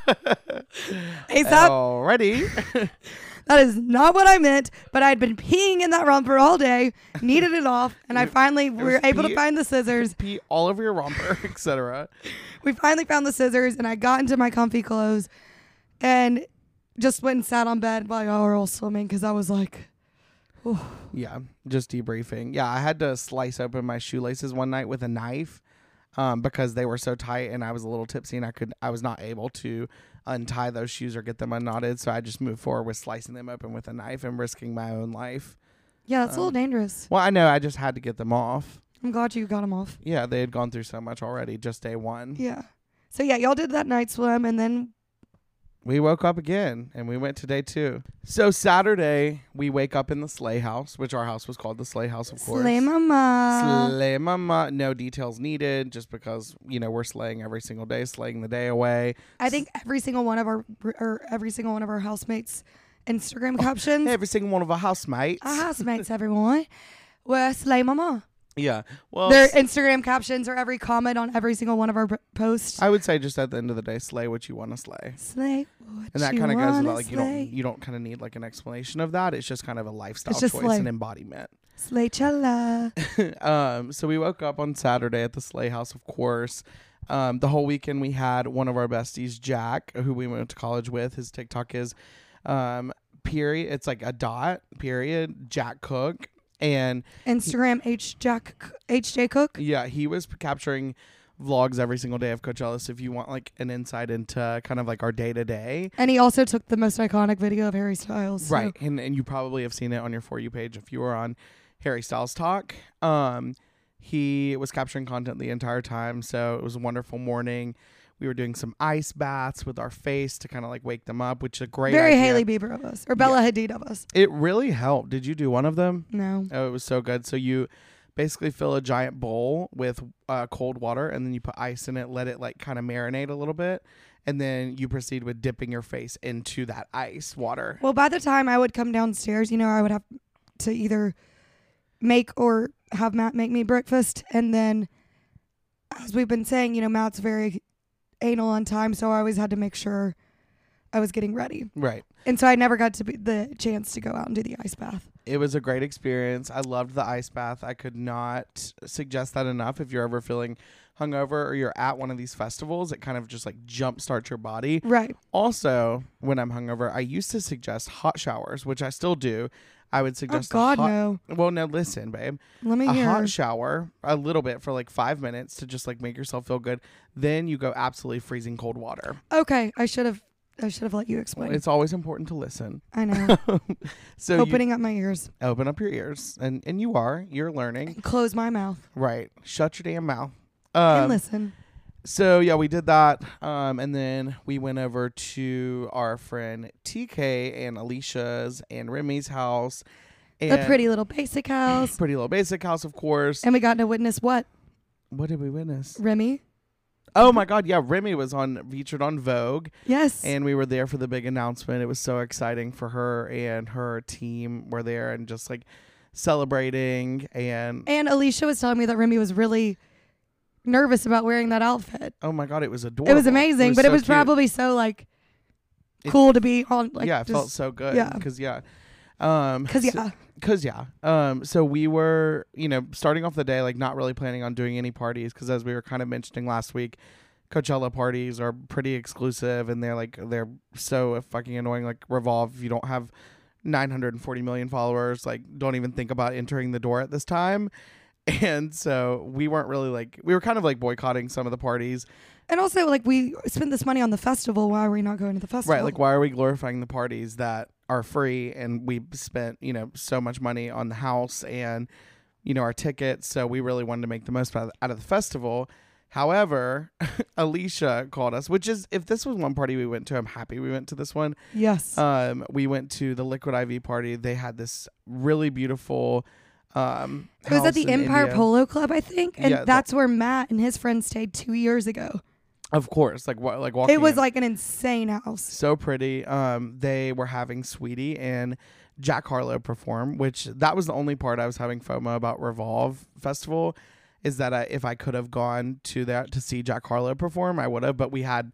A: ASAP.
B: Alrighty.
A: That is not what I meant, but I had been peeing in that romper all day, needed it off, and I
B: It-
A: finally
B: was
A: were able
B: pee-
A: to find the scissors.
B: Pee all over your romper, etc.
A: we finally found the scissors and I got into my comfy clothes and just went and sat on bed while y'all were all swimming because I was like,
B: Yeah, just debriefing. Yeah, I had to slice open my shoelaces one night with a knife um, because they were so tight, and I was a little tipsy, and I could I was not able to untie those shoes or get them unknotted. So I just moved forward with slicing them open with a knife and risking my own life.
A: yeah, that's a little
B: Um,
A: dangerous.
B: Well, I know I just had to get them off.
A: I'm glad you got them off.
B: Yeah, they had gone through so much already. Just day one,
A: Yeah. So yeah, y'all did that night swim and then
B: we woke up again, and we went to day two. So Saturday, we wake up in the sleigh house, which our house was called the sleigh house, of course.
A: slay mama.
B: Slay mama. No details needed, just because you know we're slaying every single day, slaying the day away.
A: I think every single one of our or every single one of our housemates
B: Oh,
A: Instagram captions.
B: Every single one of our housemates.
A: Our housemates, everyone. Were slay mama.
B: Yeah. Well,
A: Their Instagram captions or every comment on every single one of our b- posts.
B: I would say just at the end of the day, slay what you want to slay,
A: slay. What
B: and that
A: you
B: kind of goes
A: wanna
B: without like you
A: slay.
B: don't you don't kind of need like an explanation of that. It's just kind of a lifestyle
A: It's
B: choice
A: just slay.
B: and embodiment.
A: Slay Chella.
B: um, so we woke up on Saturday at the sleigh house, of course. Um, the whole weekend we had one of our besties, Jack, who we went to college with. His TikTok is um, period. It's like a dot period. Jack Cook, and
A: Instagram H Jack HJ Cook.
B: yeah, he was p- capturing vlogs every single day of Coachella. So if you want like an insight into kind of like our day to day,
A: And he also took the most iconic video of Harry Styles. so-
B: right? And and you probably have seen it on your for you page if you were on Harry Styles Talk. Um, he was capturing content the entire time, so it was a wonderful morning. We were doing some ice baths with our face to kind of like wake them up, which is a great
A: Very
B: idea.
A: Haley Bieber of us, or Bella Hadid of us.
B: It really helped. Did you do one of them?
A: No.
B: Oh, it was so good. So you basically fill a giant bowl with uh, cold water and then you put ice in it, let it like kind of marinate a little bit, and then you proceed with dipping your face into that ice water.
A: Well, by the time I would come downstairs, you know, I would have to either make or have Matt make me breakfast. And then, as we've been saying, you know, Matt's very anal on time. So I always had to make sure I was getting ready.
B: Right.
A: And so I never got to be the chance to go out and do the ice bath.
B: It was a great experience. I loved the ice bath. I could not suggest that enough. If you're ever feeling hungover or you're at one of these festivals, it kind of just like jumpstarts your body.
A: Right.
B: Also, when I'm hungover, I used to suggest hot showers, which I still do. I
A: Oh,
B: would suggest a
A: God,
B: hot-
A: no.
B: Well, now listen, babe.
A: Let me
B: a
A: hear.
B: hot shower a little bit for like five minutes to just like make yourself feel good then you go absolutely freezing cold water
A: okay. I should have. I should have let you explain.
B: it's always important to listen
A: I know.
B: so
A: Opening up my ears.
B: you open up your ears and and you are you're learning
A: Close my mouth
B: right shut your damn mouth
A: and
B: um,
A: listen.
B: so yeah we did that um, and then we went over to our friend tk and alicia's and remy's house and
A: The pretty little basic house.
B: pretty little basic house of course
A: And we got to witness what?
B: what did we witness
A: Remy?
B: oh my god yeah remy was on featured on vogue
A: Yes.
B: and we were there for the big announcement. It was so exciting for her and her team were there and just like celebrating and
A: And Alicia was telling me that Remy was really nervous about wearing that outfit.
B: oh my god, it was adorable.
A: It was amazing, but
B: so
A: it was
B: cute.
A: probably so like
B: It-
A: cool to be on like
B: yeah, it felt
A: just-
B: so good.
A: yeah.
B: because yeah, um,
A: 'cause
B: so-
A: yeah.
B: Cause yeah, um, so we were, you know, starting off the day like not really planning on doing any parties because as we were kind of mentioning last week, Coachella parties are pretty exclusive and they're like they're so fucking annoying. Like Revolve, if you don't have 940 million followers, like don't even think about entering the door at this time. And so we weren't really like we were kind of like boycotting some of the parties,
A: And also like we spent this money on the festival, why are we not going to the festival?
B: right? Like why are we glorifying the parties that are free and we spent you know so much money on the house and you know, our tickets. So we really wanted to make the most out out of the festival. However, Alicia called us, which is if this was one party we went to, I'm happy we went to this one.
A: Yes.
B: Um, we went to the Liquid IV party. They had this really beautiful. Um,
A: it was at
B: house
A: the
B: in
A: Empire
B: India.
A: Polo Club, I think. And
B: Yeah, the-
A: that's where Matt and his friends stayed two years ago.
B: Of course, like what, like walking.
A: It was
B: in.
A: like an insane house.
B: so pretty. Um, they were having Sweetie and Jack Harlow perform, which that was the only part I was having FOMO about Revolve Festival, is that I, if I could have gone to that to see Jack Harlow perform, I would have. But we had,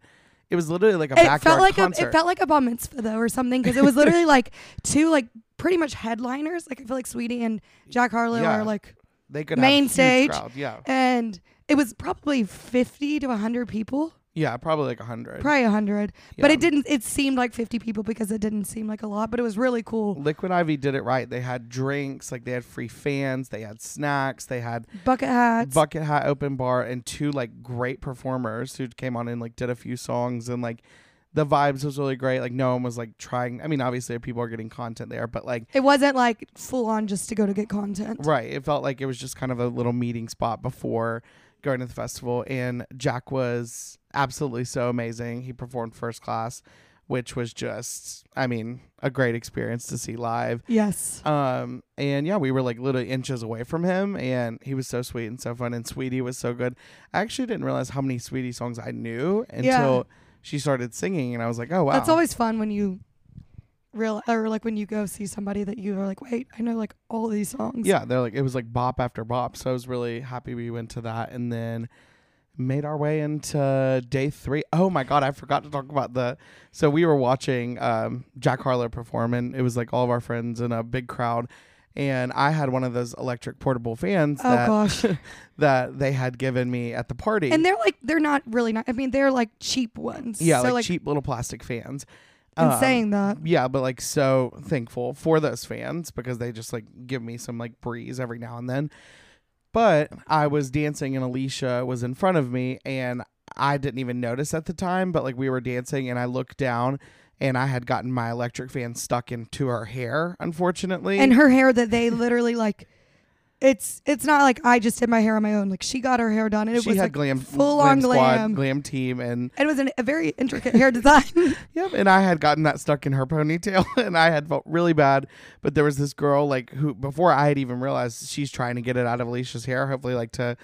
B: it was literally like a
A: It
B: backyard
A: felt like
B: concert.
A: a it felt like a bar mitzvah though or something because it was literally like two like pretty much headliners. Like I feel like Sweetie and Jack Harlow
B: Yeah.
A: are like
B: they could
A: main
B: have huge
A: stage.
B: crowd. Yeah,
A: and it was probably 50 to 100 people
B: yeah, probably like a hundred.
A: probably 100 but
B: Yeah.
A: it didn't it seemed like 50 people because it didn't seem like a lot but it was really cool
B: Liquid Ivy did it right. They had drinks, like they had free fans, they had snacks, they had
A: bucket hats
B: Bucket Hat Open Bar and two like great performers who came on and like did a few songs and like the vibes was really great. Like no one was like trying. I mean, obviously people are getting content there, but like
A: it wasn't like full on just to go to get content
B: right, it felt like it was just kind of a little meeting spot before going to the festival. And Jack was absolutely so amazing. He performed first class, which was just, I mean, a great experience to see live.
A: yes
B: Um, and yeah, we were like literally inches away from him, and he was so sweet and so fun. And Sweetie was so good. I actually didn't realize how many Sweetie songs I knew until
A: Yeah.
B: she started singing, and I was like, oh wow.
A: that's always fun when you real or like when you go see somebody that you are like wait i know like all these songs
B: yeah, they're like it was like bop after bop. So I was really happy we went to that, and then made our way into day three. Oh my god, I forgot to talk about the. So we were watching um, Jack Harlow perform, and it was like all of our friends in a big crowd. And I had one of those electric portable fans.
A: oh
B: that
A: gosh
B: that they had given me at the party.
A: and they're like they're not really not i mean they're like cheap ones
B: yeah,
A: so
B: like,
A: like
B: cheap little plastic fans.
A: in
B: Um,
A: saying that.
B: yeah, but like so thankful for those fans because they just like give me some like breeze every now and then. But I was dancing and Alicia was in front of me and I didn't even notice at the time, but like we were dancing and I looked down and I had gotten my electric fan stuck into her hair, unfortunately.
A: And her hair that they literally like it's it's not like I just did my hair on my own. Like she got her hair done and it
B: she
A: was
B: had
A: like
B: glam
A: full on
B: glam squad,
A: glam.
B: glam team and
A: and it was an, a very intricate hair design.
B: Yep, and I had gotten that stuck in her ponytail, and I had felt really bad. But there was this girl, like, who before I had even realized she's trying to get it out of Alicia's hair, hopefully, like, to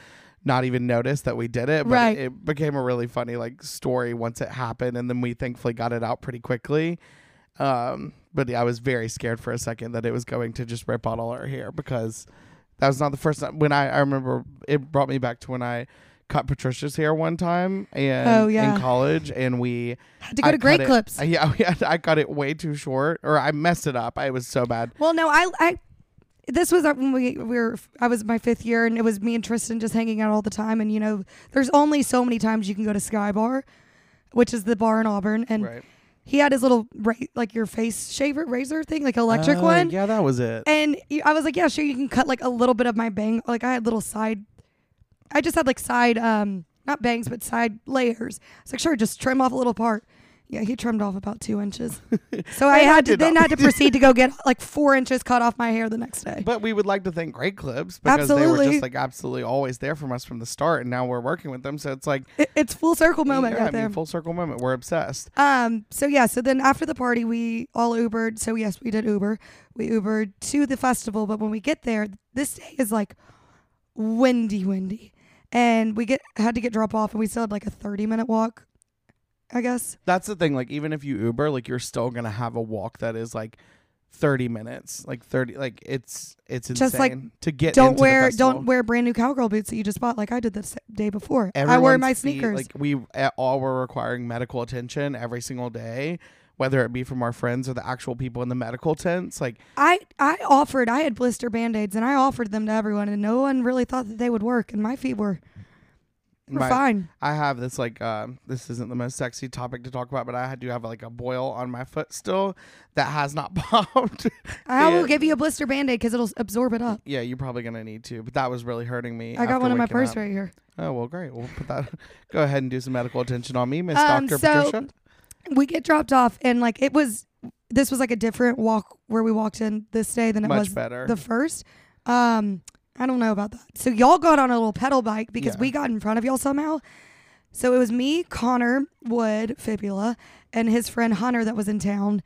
B: not even notice that we did it. But
A: Right.
B: it became a really funny, like, story once it happened, and then we thankfully got it out pretty quickly. Um, but yeah, I was very scared for a second that it was going to just rip out all her hair because that was not the first time. When I, I remember it brought me back to when I cut Patricia's hair one time and
A: Oh, yeah.
B: in college, and we
A: Had to go
B: I
A: to great
B: cut it-
A: clips.
B: I- yeah, we had- I cut it way too short, or I messed it up. I was so bad.
A: well, no, I I this was uh, when we, we were I was my fifth year and it was me and Tristan just hanging out all the time and you know there's only so many times you can go to Sky Bar, which is the bar in Auburn and
B: Right.
A: he had his little ra- like your face shaver razor thing like electric
B: Oh,
A: one
B: Yeah, that was it.
A: And you- I was like, yeah, sure, you can cut like a little bit of my bang. Like I had little side, I just had like side, um, not bangs, but side layers. I was like, sure, just trim off a little part. Yeah, he trimmed off about two inches. So I
B: And I
A: had to
B: did
A: then
B: not.
A: had to proceed to go get like four inches cut off my hair the next day.
B: But we would like to thank Great Clips because they were
A: Absolutely.
B: just like absolutely always there from us from the start, and now we're working with them. So it's like
A: It- it's full circle moment
B: yeah, I
A: right
B: mean,
A: there.
B: full circle moment. We're obsessed.
A: Um. So yeah. So then after the party, we all Ubered. So yes, we did Uber. We Ubered to the festival. But when we get there, this day is like windy, windy, and we get had to get drop off, and we still had like a thirty minute walk, I guess.
B: That's the thing. Like even if you Uber, like you're still gonna have a walk that is like. 30 minutes like 30 like it's it's insane
A: Just, like,
B: to get
A: don't
B: into the
A: wear
B: festival.
A: don't wear brand new cowgirl boots that you just bought like I did the s- day before. I wore
B: Everyone's
A: my
B: feet,
A: sneakers.
B: like we uh, all were requiring medical attention every single day, whether it be from our friends or the actual people in the medical tents. Like
A: I I offered. I had blister band aids, and I offered them to everyone, and no one really thought that they would work. And my feet were were
B: my-
A: fine.
B: I have this like um, this isn't the most sexy topic to talk about, but I do have like a boil on my foot still that has not popped.
A: I will
B: Yeah.
A: give you a blister band aid because it'll s- absorb it up.
B: yeah, you're probably gonna need to, but that was really hurting me.
A: I got
B: after
A: one in my
B: waking
A: purse
B: up.
A: right here.
B: Oh well, great. We'll put that. go ahead and do some medical attention on me, Miss
A: Um,
B: Doctor
A: so-
B: Patricia.
A: We get dropped off, and like it was, this was like a different walk where we walked in this day than it
B: Much
A: was
B: better.
A: the first. Um, I don't know about that. So y'all got on a little pedal bike because
B: Yeah.
A: we got in front of y'all somehow. So it was me, Connor Wood, Fibula, and his friend Hunter that was in town,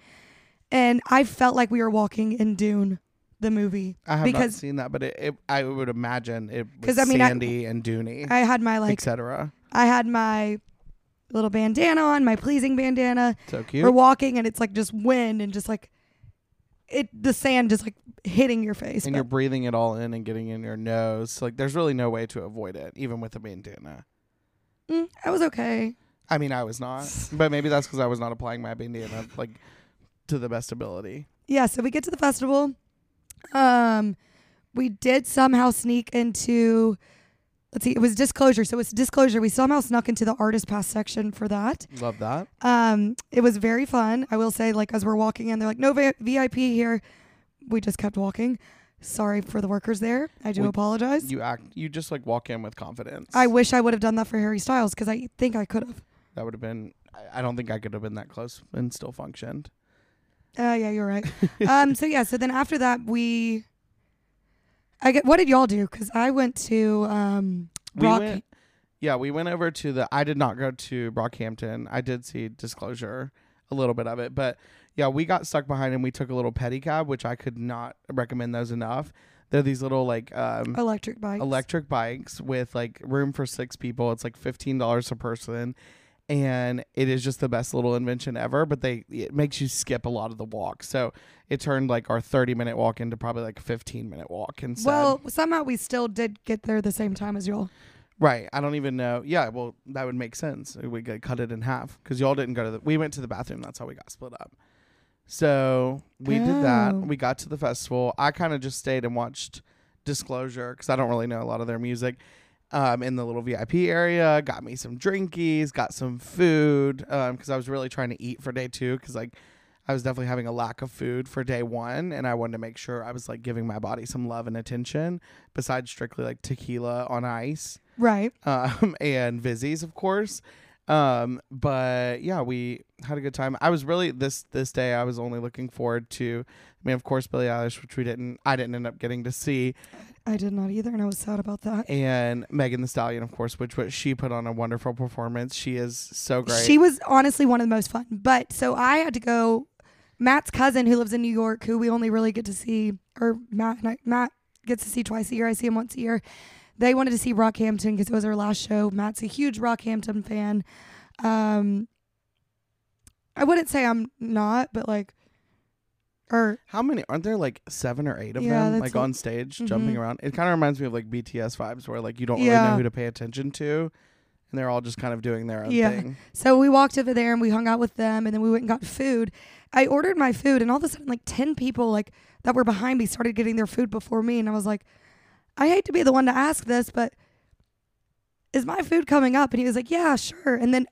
A: and I felt like we were walking in Dune, the movie,
B: I have not
A: because-
B: seen that, but it, it, I would imagine it was
A: 'Cause, I mean, I-
B: Sandy and Dooney,
A: I had my like,
B: etc.
A: I had my little bandana on, my pleasing bandana,
B: So cute.
A: We're walking and it's like just wind and just like it the sand just like hitting your face.
B: and
A: but-
B: you're breathing it all in and getting in your nose. Like there's really no way to avoid it, even with a bandana.
A: Mm, I was okay.
B: I mean, I was not, but maybe that's because I was not applying my bandana like to the best ability.
A: Yeah, so we get to the festival. Um we did somehow sneak into let's see, it was disclosure. So it's disclosure. We somehow snuck into the artist pass section for that.
B: Love that.
A: Um it was very fun. I will say like as we're walking in they're like no vi- VIP here. We just kept walking. Sorry for the workers there. I do
B: We-
A: apologize.
B: You act. You just like walk in with confidence.
A: I wish I would have done that for Harry Styles because I think I could have.
B: that would have been. I- I don't think I could have been that close and still functioned.
A: Uh, yeah, you're right. um, so yeah, so then after that we, I get what did y'all do? Because I went to um,
B: We
A: rock.
B: went- yeah, we went over to the. I did not go to Brockhampton. I did see Disclosure, a little bit of it, but yeah, we got stuck behind and we took a little pedicab, which I could not recommend those enough. They're these little like um,
A: electric bike.
B: electric bikes with like room for six people. It's like fifteen dollars a person, and it is just the best little invention ever. But they it makes you skip a lot of the walk, so it turned like our thirty minute walk into probably like a fifteen minute walk instead.
A: well, somehow we still did get there the same time as y'all.
B: right? I don't even know. Yeah, well, that would make sense. We could cut it in half because y'all didn't go to the. We went to the bathroom. That's how we got split up. So we did that.
A: Oh.
B: We got to the festival. I kind of just stayed and watched Disclosure because I don't really know a lot of their music. Um, in the little VIP area, um, got me some drinkies, got some food because I was really trying to eat for day two because like I was definitely having a lack of food for day one, and I wanted to make sure I was like giving my body some love and attention besides strictly like tequila on ice
A: Right.
B: um, and Vizzies, of course. Um, but yeah, we had a good time. I was really this this day. I was only looking forward to. I mean, of course, Billie Eilish, which we didn't. I didn't end up getting to see,
A: I did not either, and I was sad about that.
B: and Megan the Stallion, of course, which which she put on a wonderful performance. She is so great.
A: She was honestly one of the most fun. But so I had to go. Matt's cousin, who lives in New York, who we only really get to see, or Matt and I, Matt gets to see twice a year. I see him once a year. They wanted to see Rockhampton because it was our last show. Matt's a huge Rockhampton fan. Um, I wouldn't say I'm not, but like, or
B: How many aren't there? Like seven or eight of
A: Yeah,
B: them,
A: that's
B: like
A: what-
B: on stage, jumping
A: Mhm.
B: around. It kind of reminds me of like BTS vibes, where like you don't really
A: Yeah.
B: know who to pay attention to, and they're all just kind of doing their own
A: Yeah.
B: thing.
A: So we walked over there and we hung out with them and then we went and got food. I ordered my food and all of a sudden like 10 people like that were behind me started getting their food before me and I was like I hate to be the one to ask this but is my food coming up and he was like yeah sure and then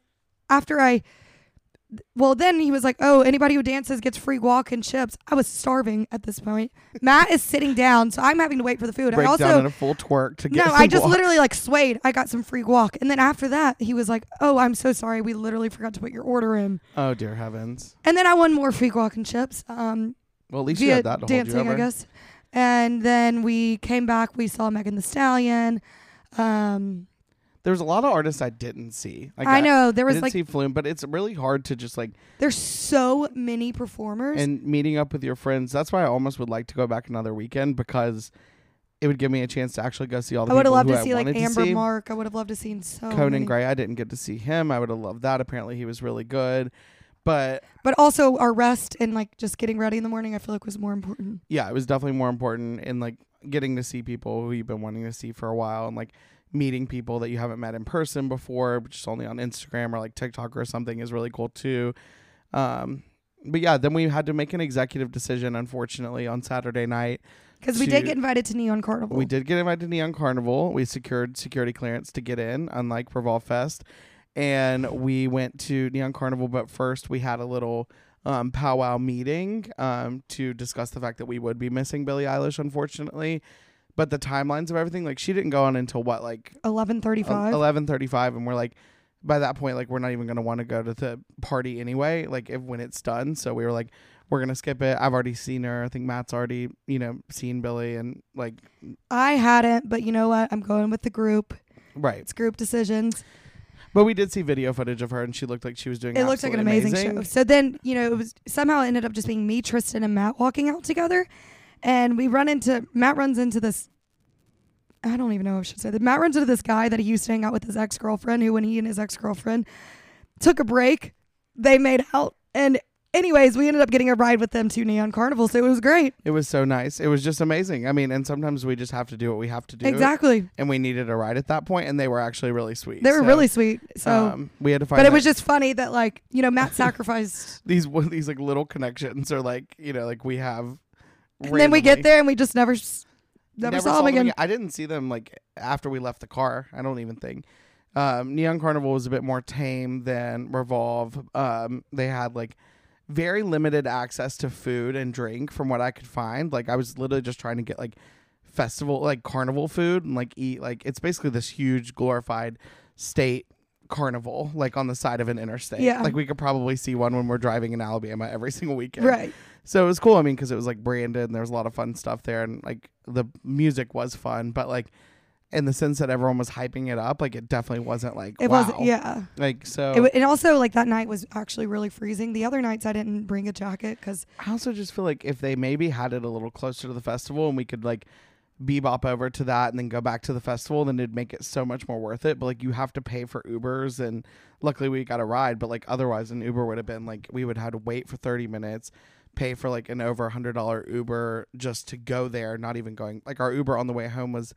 A: after I well then he was like oh anybody who dances gets free guac and chips. I was starving at this point. Matt is sitting down so I'm having to wait for the food.
B: Break
A: I also
B: down in a full twerk to get.
A: no, I
B: some
A: just
B: walk.
A: literally like swayed. I got some free guac. And then after that, he was like, Oh, I'm so sorry. We literally forgot to put your order in.
B: Oh dear heavens!
A: And then I won more free guac and chips um,
B: Well, at least you
A: via
B: had that to
A: dancing,
B: hold you
A: I
B: over.
A: guess. And then we came back. We saw Megan the Stallion. Um,
B: There was a lot of artists I didn't see. Like,
A: I know there
B: I
A: was
B: didn't
A: like,
B: see Flume, but it's really hard to just like
A: there's so many performers.
B: and meeting up with your friends. That's why I almost would like to go back another weekend because it would give me a chance to actually go see all the
A: I would have
B: people
A: loved
B: who
A: to see
B: I
A: like
B: wanted to
A: Amber
B: see.
A: Mark. I would have loved to seen so
B: Conan
A: many.
B: Gray, I didn't get to see him. I would have loved that. Apparently, he was really good. But
A: But also our rest and like just getting ready in the morning, I feel like was more important.
B: yeah, it was definitely more important in like getting to see people who you've been wanting to see for a while and like meeting people that you haven't met in person before, just only on Instagram or like TikTok or something is really cool too. Um, but yeah, then we had to make an executive decision, unfortunately, on Saturday night.
A: Because we did
B: To-
A: get invited to Neon Carnival.
B: We did get invited to Neon Carnival. We secured security clearance to get in, unlike Revolve Fest. And we went to Neon Carnival, but first we had a little um, powwow meeting um, to discuss the fact that we would be missing Billie Eilish, unfortunately. But the timelines of everything, like she didn't go on until what, like
A: 1135.
B: eleven thirty-five, and we're like, by that point, like we're not even gonna want to go to the party anyway, like if when it's done. So we were like, we're gonna skip it. I've already seen her. I think Matt's already, you know, seen Billy, and like,
A: I hadn't, but you know what? I'm going with the group.
B: right.
A: It's group decisions.
B: But we did see video footage of her, and she looked like she was doing.
A: it looked like an
B: absolutely
A: amazing, show. So then, you know, it was somehow it ended up just being me, Tristan, and Matt walking out together. And we run into Matt runs into this I don't even know if I should say that. Matt runs into this guy that he used to hang out with his ex girlfriend, who when he and his ex girlfriend took a break, they made out. And anyways, we ended up getting a ride with them to Neon Carnival, so it was great.
B: It was so nice. It was just amazing. I mean, and sometimes we just have to do what we have to do.
A: exactly.
B: And we needed a ride at that point, and they were actually really sweet.
A: They were
B: So,
A: really sweet. So
B: um, we had to find.
A: but it
B: that-
A: was just funny that like, you know, Matt sacrificed
B: these one these like little connections are like you know like we have.
A: And then we get
B: randomly.
A: there and we just never, s- never, saw, him
B: them
A: again.
B: I didn't see them like after we left the car. I don't even think. Um, Neon Carnival was a bit more tame than Revolve. Um, they had like very limited access to food and drink from what I could find. Like I was literally just trying to get like festival like carnival food and like eat like it's basically this huge glorified state carnival like on the side of an interstate.
A: Yeah.
B: Like we could probably see one when we're driving in Alabama every single weekend.
A: Right.
B: So it was cool. I mean, because it was like branded and there was a lot of fun stuff there, and like the music was fun, but like in the sense that everyone was hyping it up, like it definitely wasn't like
A: It
B: wow.
A: wasn't, yeah.
B: Like so,
A: It w- and also, like, that night was actually really freezing. The other nights I didn't bring a jacket because,
B: I also just feel like if they maybe had it a little closer to the festival and we could like bebop over to that and then go back to the festival, then it'd make it so much more worth it. But like you have to pay for Ubers and luckily we got a ride, but like otherwise an Uber would have been like we would have had to wait for thirty minutes, pay for like an over hundred dollar Uber just to go there, not even going like our Uber on the way home was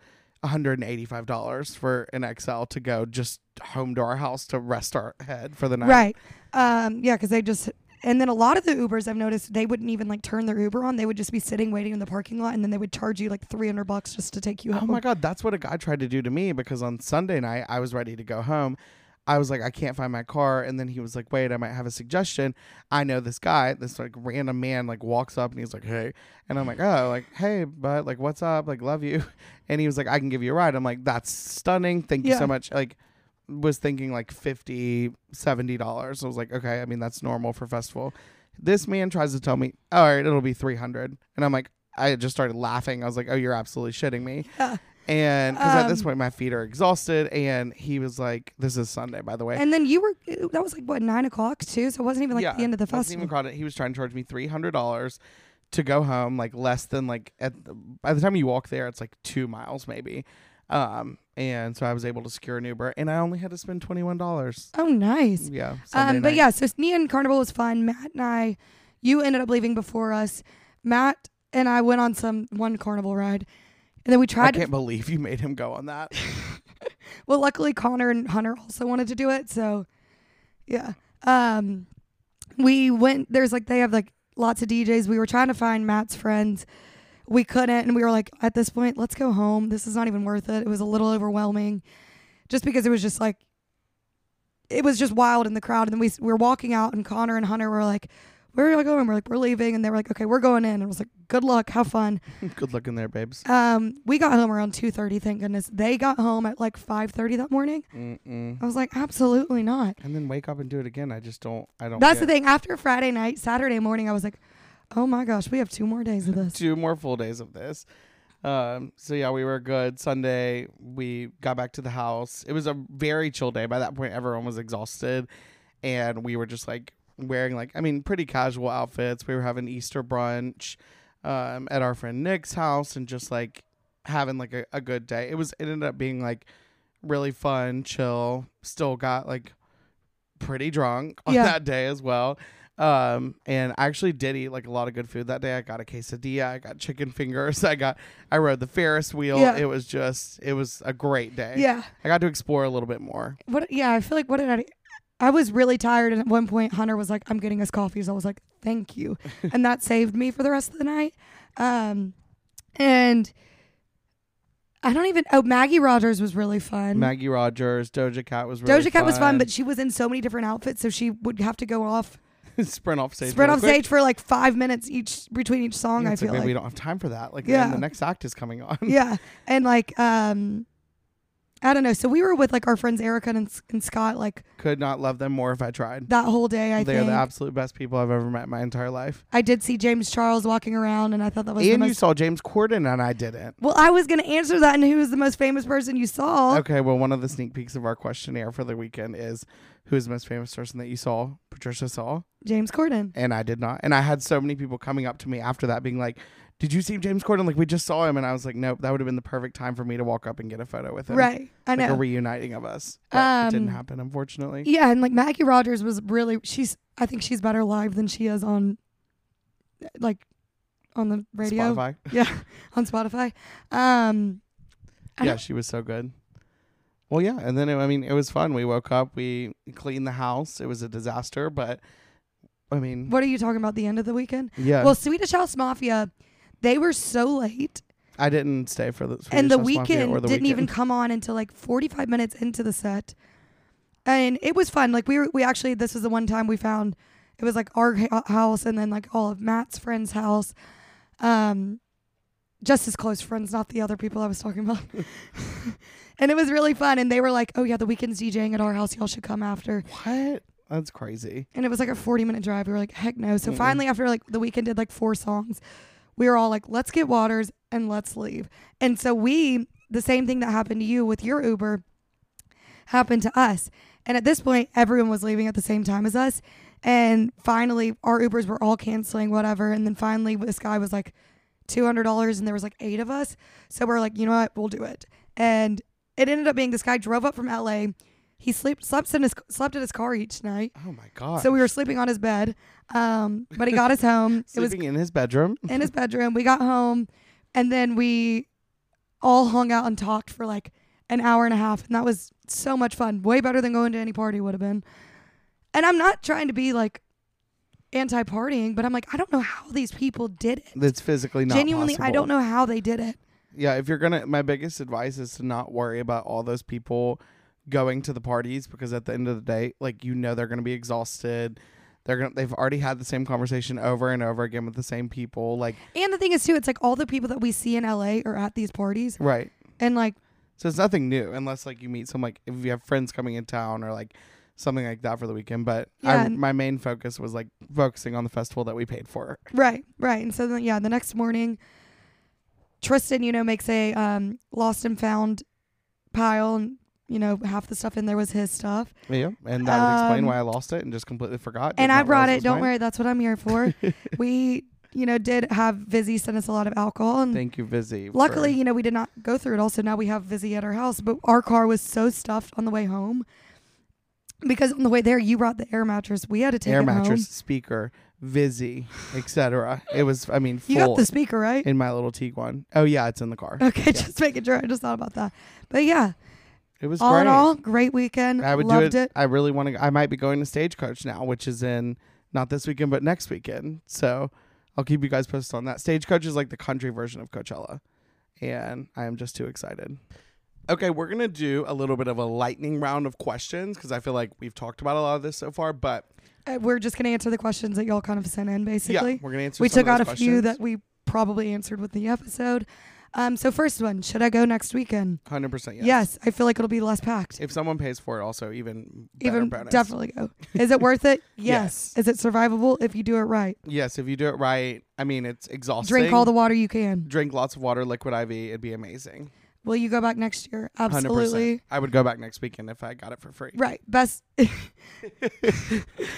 B: $185 for an XL to go just home to our house to rest our head for the night.
A: right. Um, yeah, because they just, and then a lot of the Ubers I've noticed, they wouldn't even, like, turn their Uber on. They would just be sitting waiting in the parking lot and then they would charge you, like, 300 bucks just to take you
B: Oh
A: home.
B: my god, that's what a guy tried to do to me because on Sunday night I was ready to go home. I was like, I can't find my car. And then he was like, wait, I might have a suggestion. I know this guy, this like random man, like walks up and he's like, hey. And I'm like, oh, like, hey, bud, like, what's up? Like, love you. And he was like, I can give you a ride. I'm like, that's stunning. Thank you
A: Yeah.
B: so much. Like, was thinking like 50 70 dollars i was like okay i mean that's normal for festival this man tries to tell me all right it'll be 300 and i'm like i just started laughing i was like oh you're absolutely shitting me
A: Yeah.
B: and because at this
A: Um,
B: point my feet are exhausted and he was like this is sunday by the way
A: And then you were that was like what nine o'clock too, so it wasn't even like the end of the
B: wasn't
A: festival.
B: even crowded. he was trying to charge me $300 to go home like less than like at the, by the time you walk there it's like two miles maybe um and so i was able to secure an uber and i only had to spend $21
A: oh, nice.
B: yeah Sunday
A: Um, but
B: night.
A: yeah, so Neon Carnival was fun. Matt and I, you ended up leaving before us. Matt and I went on some one carnival ride, and then we
B: I
A: tried.
B: can't believe you made him go on that.
A: well, luckily Connor and Hunter also wanted to do it, so yeah. Um, we went. There's like they have like lots of DJs. We were trying to find Matt's friends. We couldn't, and we were like, at this point, let's go home. This is not even worth it. It was a little overwhelming, just because it was just like, it was just wild in the crowd. And then we s- we were walking out, and Connor and Hunter were like, "Where are y'all going?" We're like, "We're leaving," and they were like, "Okay, we're going in." And I was like, "Good luck, have fun."
B: Good looking there, babes.
A: Um, we got home around two thirty. Thank goodness they got home at like five thirty that morning.
B: Mm-mm.
A: I was like, absolutely not.
B: And then wake up and do it again. I just don't. I don't.
A: That's
B: get
A: the thing. After Friday night, Saturday morning, I was like, oh my gosh, we have two more days of this.
B: Two more full days of this. Um. So yeah, we were good. Sunday, we got back to the house. It was a very chill day. By that point, everyone was exhausted, and we were just like wearing like I mean pretty casual outfits. We were having Easter brunch, um, at our friend Nick's house, and just like having like a, a good day. It was. It ended up being like really fun, chill. Still got like pretty drunk on
A: Yeah.
B: that day as well. Um, and I actually did eat like a lot of good food that day. I got a quesadilla, I got chicken fingers, I got I rode the Ferris wheel.
A: Yeah.
B: It was just it was a great day.
A: Yeah.
B: I got to explore a little bit more.
A: What? Yeah, I feel like what did I? I was really tired, and at one point, Hunter was like, "I'm getting us coffees." I was like, "Thank you," and that saved me for the rest of the night. Um, and I don't even. Oh, Maggie Rogers was really fun.
B: Maggie Rogers, Doja Cat was really
A: Doja Cat was fun, but she was in so many different outfits, so she would have to go off,
B: sprint off stage.
A: spread
B: really
A: off
B: quick.
A: stage for like five minutes each between each song. I
B: It's like,
A: feel
B: "Man,
A: like
B: we don't have time for that. Like
A: Yeah.
B: and the next act is coming on.
A: yeah and like um i don't know so we were with like our friends erica and, and scott like
B: Could not love them more if I tried.
A: that whole day i
B: they are
A: think
B: the absolute best people I've ever met in my entire life.
A: i did see james charles walking around and i thought that was the
B: And you
A: most
B: saw James Corden and I didn't.
A: well i was gonna answer that and who was the most famous person you saw
B: Okay, well, one of the sneak peeks of our questionnaire for the weekend is who is the most famous person that you saw? Patricia saw,
A: james corden
B: and I did not. And I had so many people coming up to me after that being like, Did you see James Corden? Like, we just saw him. And I was like, Nope, that would have been the perfect time for me to walk up and get a photo with him.
A: right i
B: Like
A: know
B: a reuniting of us. But it didn't
A: Um,
B: happen, unfortunately.
A: yeah and like maggie rogers was really she's i think she's better live than she is on like on the radio
B: Spotify.
A: on spotify um I
B: Yeah,
A: don't-
B: she was so good. Well, yeah. And then, it, I mean, it was fun. We woke up, we cleaned the house. It was a disaster, but I mean,
A: what are you talking about the end of the weekend
B: yeah.
A: Well, Swedish House Mafia, they were so late,
B: I didn't stay for the
A: and the
B: Swedish House Mafia
A: weekend
B: or the
A: didn't even
B: weekend.
A: come on until like 45 minutes into the set, and it was fun. Like we were, we actually this was the one time we found it was like our ha- house and then like all of Matt's friends' house, um, just his close friends, not the other people I was talking about. and it was really fun, and they were like, "Oh yeah, the weekend's DJing at our house. Y'all should come after."
B: What? That's crazy.
A: And it was like a 40 minute drive. We were like, heck no. So
B: Mm-mm.
A: finally, after like the weekend did like four songs, we were all like, let's get waters and let's leave. And so we, the same thing that happened to you with your Uber happened to us. And at this point, everyone was leaving at the same time as us. And finally, our Ubers were all canceling, whatever. And then finally, this guy was like, $200 and there was like eight of us. So we're like, you know what? We'll do it. And it ended up being this guy drove up from LA. He sleep, slept, in his, slept in his car each night.
B: Oh my god.
A: So we were sleeping on his bed. Um, but he got us home. it was
B: sleeping in his bedroom.
A: in his bedroom. We got home and then we all hung out and talked for like an hour and a half. And that was so much fun. Way better than going to any party would have been. And I'm not trying to be like anti partying, but I'm like, I don't know how these people did it.
B: That's physically not
A: Genuinely, I
B: possible.
A: don't know how they did it.
B: Yeah, if you're gonna, my biggest advice is to not worry about all those people going to the parties because at the end of the day, like you know they're going to be exhausted. They're going to they've already had the same conversation over and over again with the same people like
A: And the thing is too, it's like all the people that we see in LA are at these parties,
B: right.
A: and like
B: So it's nothing new unless like you meet some like if you have friends coming in town or like something like that for the weekend, but
A: Yeah,
B: I,
A: and-
B: my main focus was like focusing on the festival that we paid for.
A: Right, right. And so then, yeah, the next morning, Tristan, you know, makes a um, lost and found pile, and you know, half the stuff in there was his stuff.
B: Yeah, and that would explain
A: Um,
B: why I lost it and just completely forgot. did
A: and I
B: not
A: brought
B: realize
A: it.
B: was
A: Don't
B: mine.
A: worry, that's what I'm here for. we, you know, did have Vizzy send us a lot of alcohol, and
B: Thank you, Vizzy. for-
A: luckily, you know, we did not go through it all. So now we have Vizzy at our house, but our car was so stuffed on the way home because on the way there, you brought the air mattress. We had to take
B: air
A: it home.
B: mattress, speaker, Vizzy, etc. It was, I mean, full
A: You got the Uh, speaker right.
B: in my little Tiguan. Oh yeah, it's in the car.
A: Okay, just making sure. I just thought about that. But yeah,
B: It was
A: all
B: great.
A: in all, great weekend.
B: I would
A: Loved
B: do it,
A: it.
B: I really want to. I might be going to Stagecoach now, which is in not this weekend but next weekend. So I'll keep you guys posted on that. Stagecoach is like the country version of Coachella, and I am just too excited. Okay, we're gonna do a little bit of a lightning round of questions because I feel like we've talked about a lot of this so far, but
A: Uh, We're just gonna answer the questions that y'all kind of sent in. Basically,
B: yeah, we're gonna answer.
A: we
B: some of
A: took out a
B: those
A: few
B: questions.
A: that we probably answered with the episode. Um, so first one, should I go next weekend?
B: hundred percent.
A: Yes, I feel like it'll be less packed.
B: If someone pays for it, also even better
A: Even
B: bonus.
A: definitely go. Is it worth it?
B: Yes.
A: Yes. Is it survivable if you do it right?
B: Yes, if you do it right. I mean, it's exhausting.
A: Drink all the water you can.
B: drink lots of water, liquid IV. It'd be amazing.
A: Will you go back next year?
B: 100%.
A: Absolutely.
B: I would go back next weekend if I got it for free.
A: Right. Best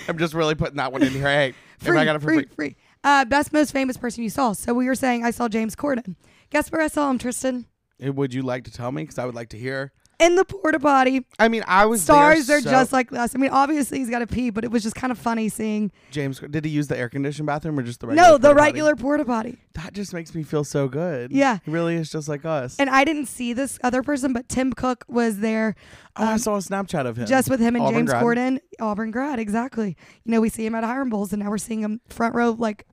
B: I'm just really putting that one in here. Hey,
A: free,
B: if I got it for free.
A: free, free. Uh, best most famous person you saw. So we were saying I saw James Corden. Guess where I saw him, Tristan?
B: Eh, would you like to tell me? Because I would like to hear.
A: In the porta potty.
B: I mean, I was
A: Stars
B: There
A: are
B: so-
A: just like us. I mean, obviously he's got to pee, but it was just kind of funny seeing.
B: James. Did he use the air conditioned bathroom or just the regular?
A: No, the
B: porta potty?
A: regular porta potty.
B: That just makes me feel so good.
A: Yeah.
B: he really is just like us.
A: And I didn't see this other person, but Tim Cook was there
B: oh, I saw a Snapchat of him.
A: um, just with him and
B: Auburn
A: James
B: grad.
A: Corden, Auburn grad. Exactly. You know, we see him at Iron Bowls, and now we're seeing him front row. Like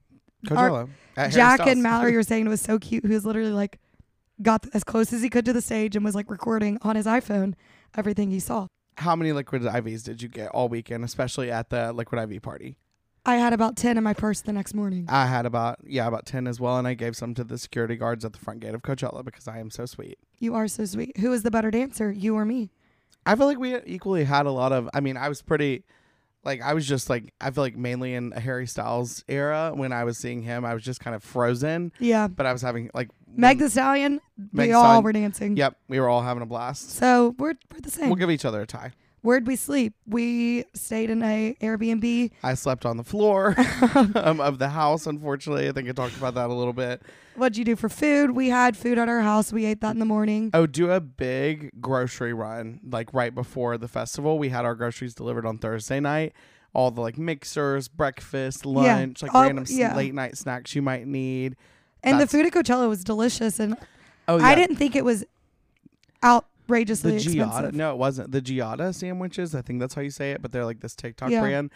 A: our-
B: Coachella. at Harry
A: Jack
B: Styles.
A: and Mallory were saying, it was so cute. He was literally like, got as close as he could to the stage and was like recording on his iPhone everything he saw.
B: How many liquid IVs did you get all weekend, especially at the liquid IV party?
A: I had about 10 in my purse the next morning.
B: I had about yeah about ten as well, and I gave some to the security guards at the front gate of Coachella because I am so sweet.
A: You are so sweet. Who is the better dancer, you or me?
B: I feel like we equally had a lot of. I mean, I was pretty, like I was just like I feel like mainly in Harry Styles era when I was seeing him, I was just kind of frozen,
A: Yeah.
B: but I was having like
A: Meg the Stallion,
B: Meg
A: we
B: Thee
A: all
B: Stallion.
A: were dancing.
B: Yep, we were all having a blast.
A: So we're, we're the same.
B: We'll give each other a tie.
A: Where'd we sleep? We stayed in a Airbnb.
B: I slept on the floor um, of the house. Unfortunately, I think I talked about that a little bit.
A: What'd you do for food? We had food at our house. We ate that in the morning.
B: Oh, do a big grocery run like right before the festival. We had our groceries delivered on Thursday night. All the like mixers, breakfast, lunch, like
A: Oh,
B: random s-
A: yeah.
B: late night snacks you might need.
A: and the
B: that's-
A: food at Coachella was delicious. And
B: Oh,
A: I didn't think it was outrageously
B: the Giada.
A: expensive.
B: No, it wasn't the Giada sandwiches. I think that's how you say it, but they're like this TikTok
A: Yeah.
B: brand,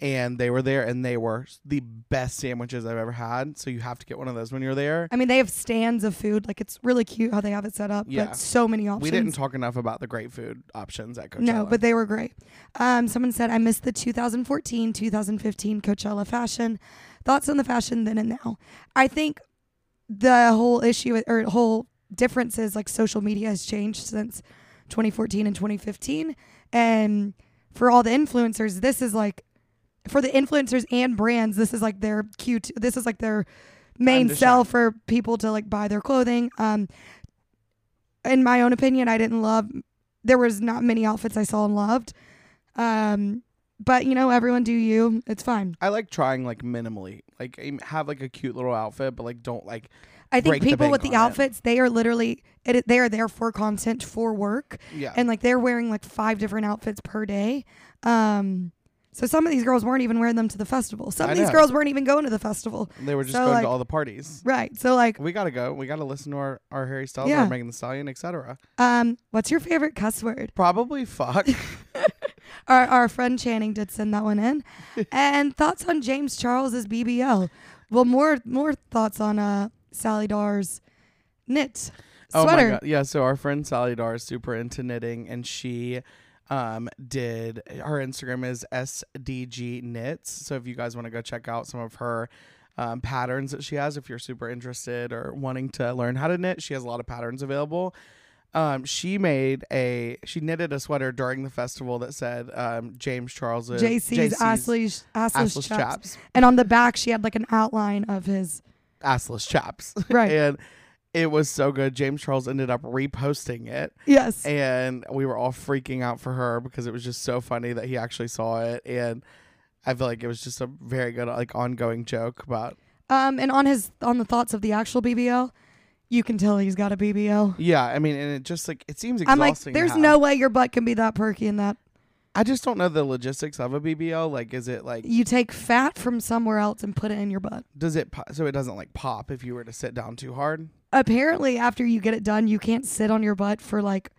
B: and they were there, and they were s- the best sandwiches I've ever had. So you have to get one of those when you're there.
A: I mean, they have stands of food. Like, it's really cute how they have it set up.
B: Yeah.
A: But so many options.
B: We didn't talk enough about the great food options at Coachella.
A: No, but they were great. Um, someone said, I missed the 2014 2015 Coachella fashion. Thoughts on the fashion then and now? I think the whole issue or whole difference is like social media has changed since 2014 and 2015. And for all the influencers, this is like, for the influencers and brands, this is like their cute, this is like their main
B: to
A: sell
B: shine.
A: for people to like buy their clothing. Um, in my own opinion, I didn't love there was not many outfits I saw and loved. Um, but you know, everyone do you. It's fine.
B: I like trying like minimally, like aim- have like a cute little outfit, but like don't like
A: I think
B: Break the
A: people
B: bank
A: with the
B: on it.
A: outfits, they are literally it, they are there for content for work,
B: yeah.
A: and like they're wearing like five different outfits per day. Um, so some of these girls weren't even wearing them to the festival. Some
B: I
A: of these
B: know.
A: girls weren't even going to the festival.
B: They were just
A: So,
B: going
A: like-
B: to all the parties.
A: Right. So like,
B: We gotta go. We gotta listen to our, our Harry Styles,
A: Yeah.
B: our Megan Thee Stallion, etc.
A: um, what's your favorite cuss word?
B: Probably fuck.
A: Our our friend Channing did send that one in. and thoughts on James Charles's BBL. Well, more more thoughts on uh Sally Dar's knit.
B: Oh
A: sweater.
B: my god. Yeah, so our friend Sally Dar is super into knitting and she um did her Instagram is SDG knits. So if you guys want to go check out some of her um, patterns that she has if you're super interested or wanting to learn how to knit, she has a lot of patterns available. Um, she made a she knitted a sweater during the festival that said um, James Charles's
A: JC's, Assley's, Assley's chaps.
B: assless chaps.
A: And on the back, she had like an outline of his.
B: assless chaps.
A: Right.
B: and it was so good. James Charles ended up reposting it.
A: Yes.
B: And we were all freaking out for her because it was just so funny that he actually saw it. And I feel like it was just a very good, like, ongoing joke about,
A: Um, and on his on the thoughts of the actual BBL, you can tell he's got a BBL.
B: yeah, I mean, and it just, like, it seems
A: I'm
B: exhausting.
A: like,
B: to
A: there's
B: have.
A: no way your butt can be that perky in that.
B: I just don't know the logistics of a BBL. Like, is it, like,
A: You take fat from somewhere else and put it in your butt.
B: does it, po- so it doesn't, like, pop if you were to sit down too hard?
A: Apparently, after you get it done, you can't sit on your butt for like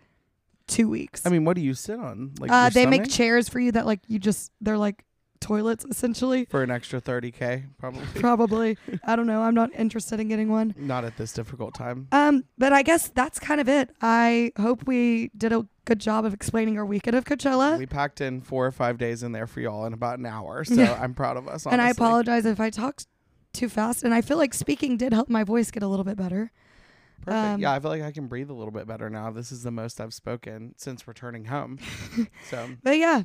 A: two weeks.
B: I mean, what do you sit on? Like,
A: uh,
B: your
A: they make
B: stomach?
A: chairs for you that like you just they're like toilets essentially.
B: for an extra 30K, probably.
A: Probably. I don't know. I'm not interested in getting one.
B: Not at this difficult time.
A: Um, but I guess that's kind of it. I hope we did a good job of explaining our weekend of Coachella.
B: We packed in four or five days in there for y'all in about an hour, so
A: Yeah.
B: I'm proud of us.
A: and I
B: honestly.
A: apologize if I talked too fast. And I feel like speaking did help my voice get a little bit better.
B: Perfect.
A: um,
B: yeah, I feel like I can breathe a little bit better now. This is the most I've spoken since returning home. so
A: But yeah,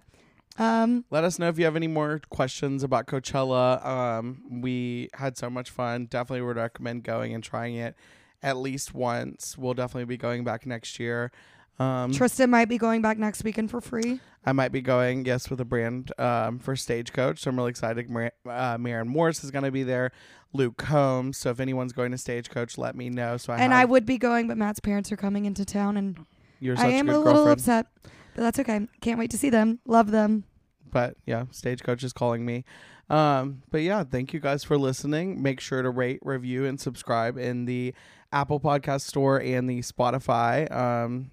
A: um,
B: let us know if you have any more questions about Coachella. Um, we had so much fun. Definitely would recommend going and trying it at least once. We'll definitely be going back next year. Um,
A: Tristan might be going back next weekend for free.
B: I might be going, yes, with a brand um, for Stagecoach. So I'm really excited. Mar- uh, Maren Morse is going to be there. Luke Combs. So if anyone's going to Stagecoach, let me know. So I
A: and
B: have,
A: I would be going, but Matt's parents are coming into town, and
B: you're such
A: I am
B: a
A: a
B: good
A: little
B: girlfriend.
A: upset. But that's okay. Can't wait to see them. Love them.
B: But yeah, Stagecoach is calling me. Um, but yeah, thank you guys for listening. Make sure to rate, review, and subscribe in the Apple Podcast Store and the Spotify. Um,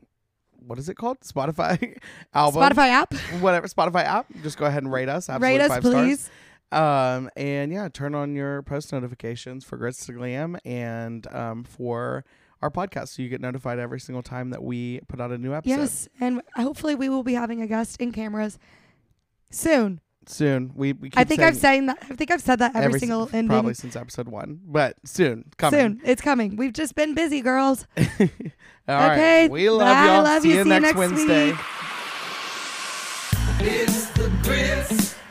B: what is it called? Spotify album.
A: Spotify app,
B: Whatever. Spotify app. Just go ahead and rate us. Absolutely
A: rate us,
B: five stars.
A: please.
B: Um, and yeah, turn on your post notifications for Grits to Glam and um, for our podcast so you get notified every single time that we put out a new episode.
A: Yes, and hopefully we will be having a guest in cameras soon.
B: Soon. We, we keep
A: I think I've saying
B: saying
A: that. I think I've said that every,
B: every si-
A: single ending.
B: probably since episode one, but soon coming.
A: Soon, it's coming. We've just been busy, girls.
B: All right.
A: Okay,
B: We love
A: bye.
B: y'all.
A: Love
B: See
A: you.
B: you
A: See you next
B: next Wednesday.
A: week.
C: It's the grits.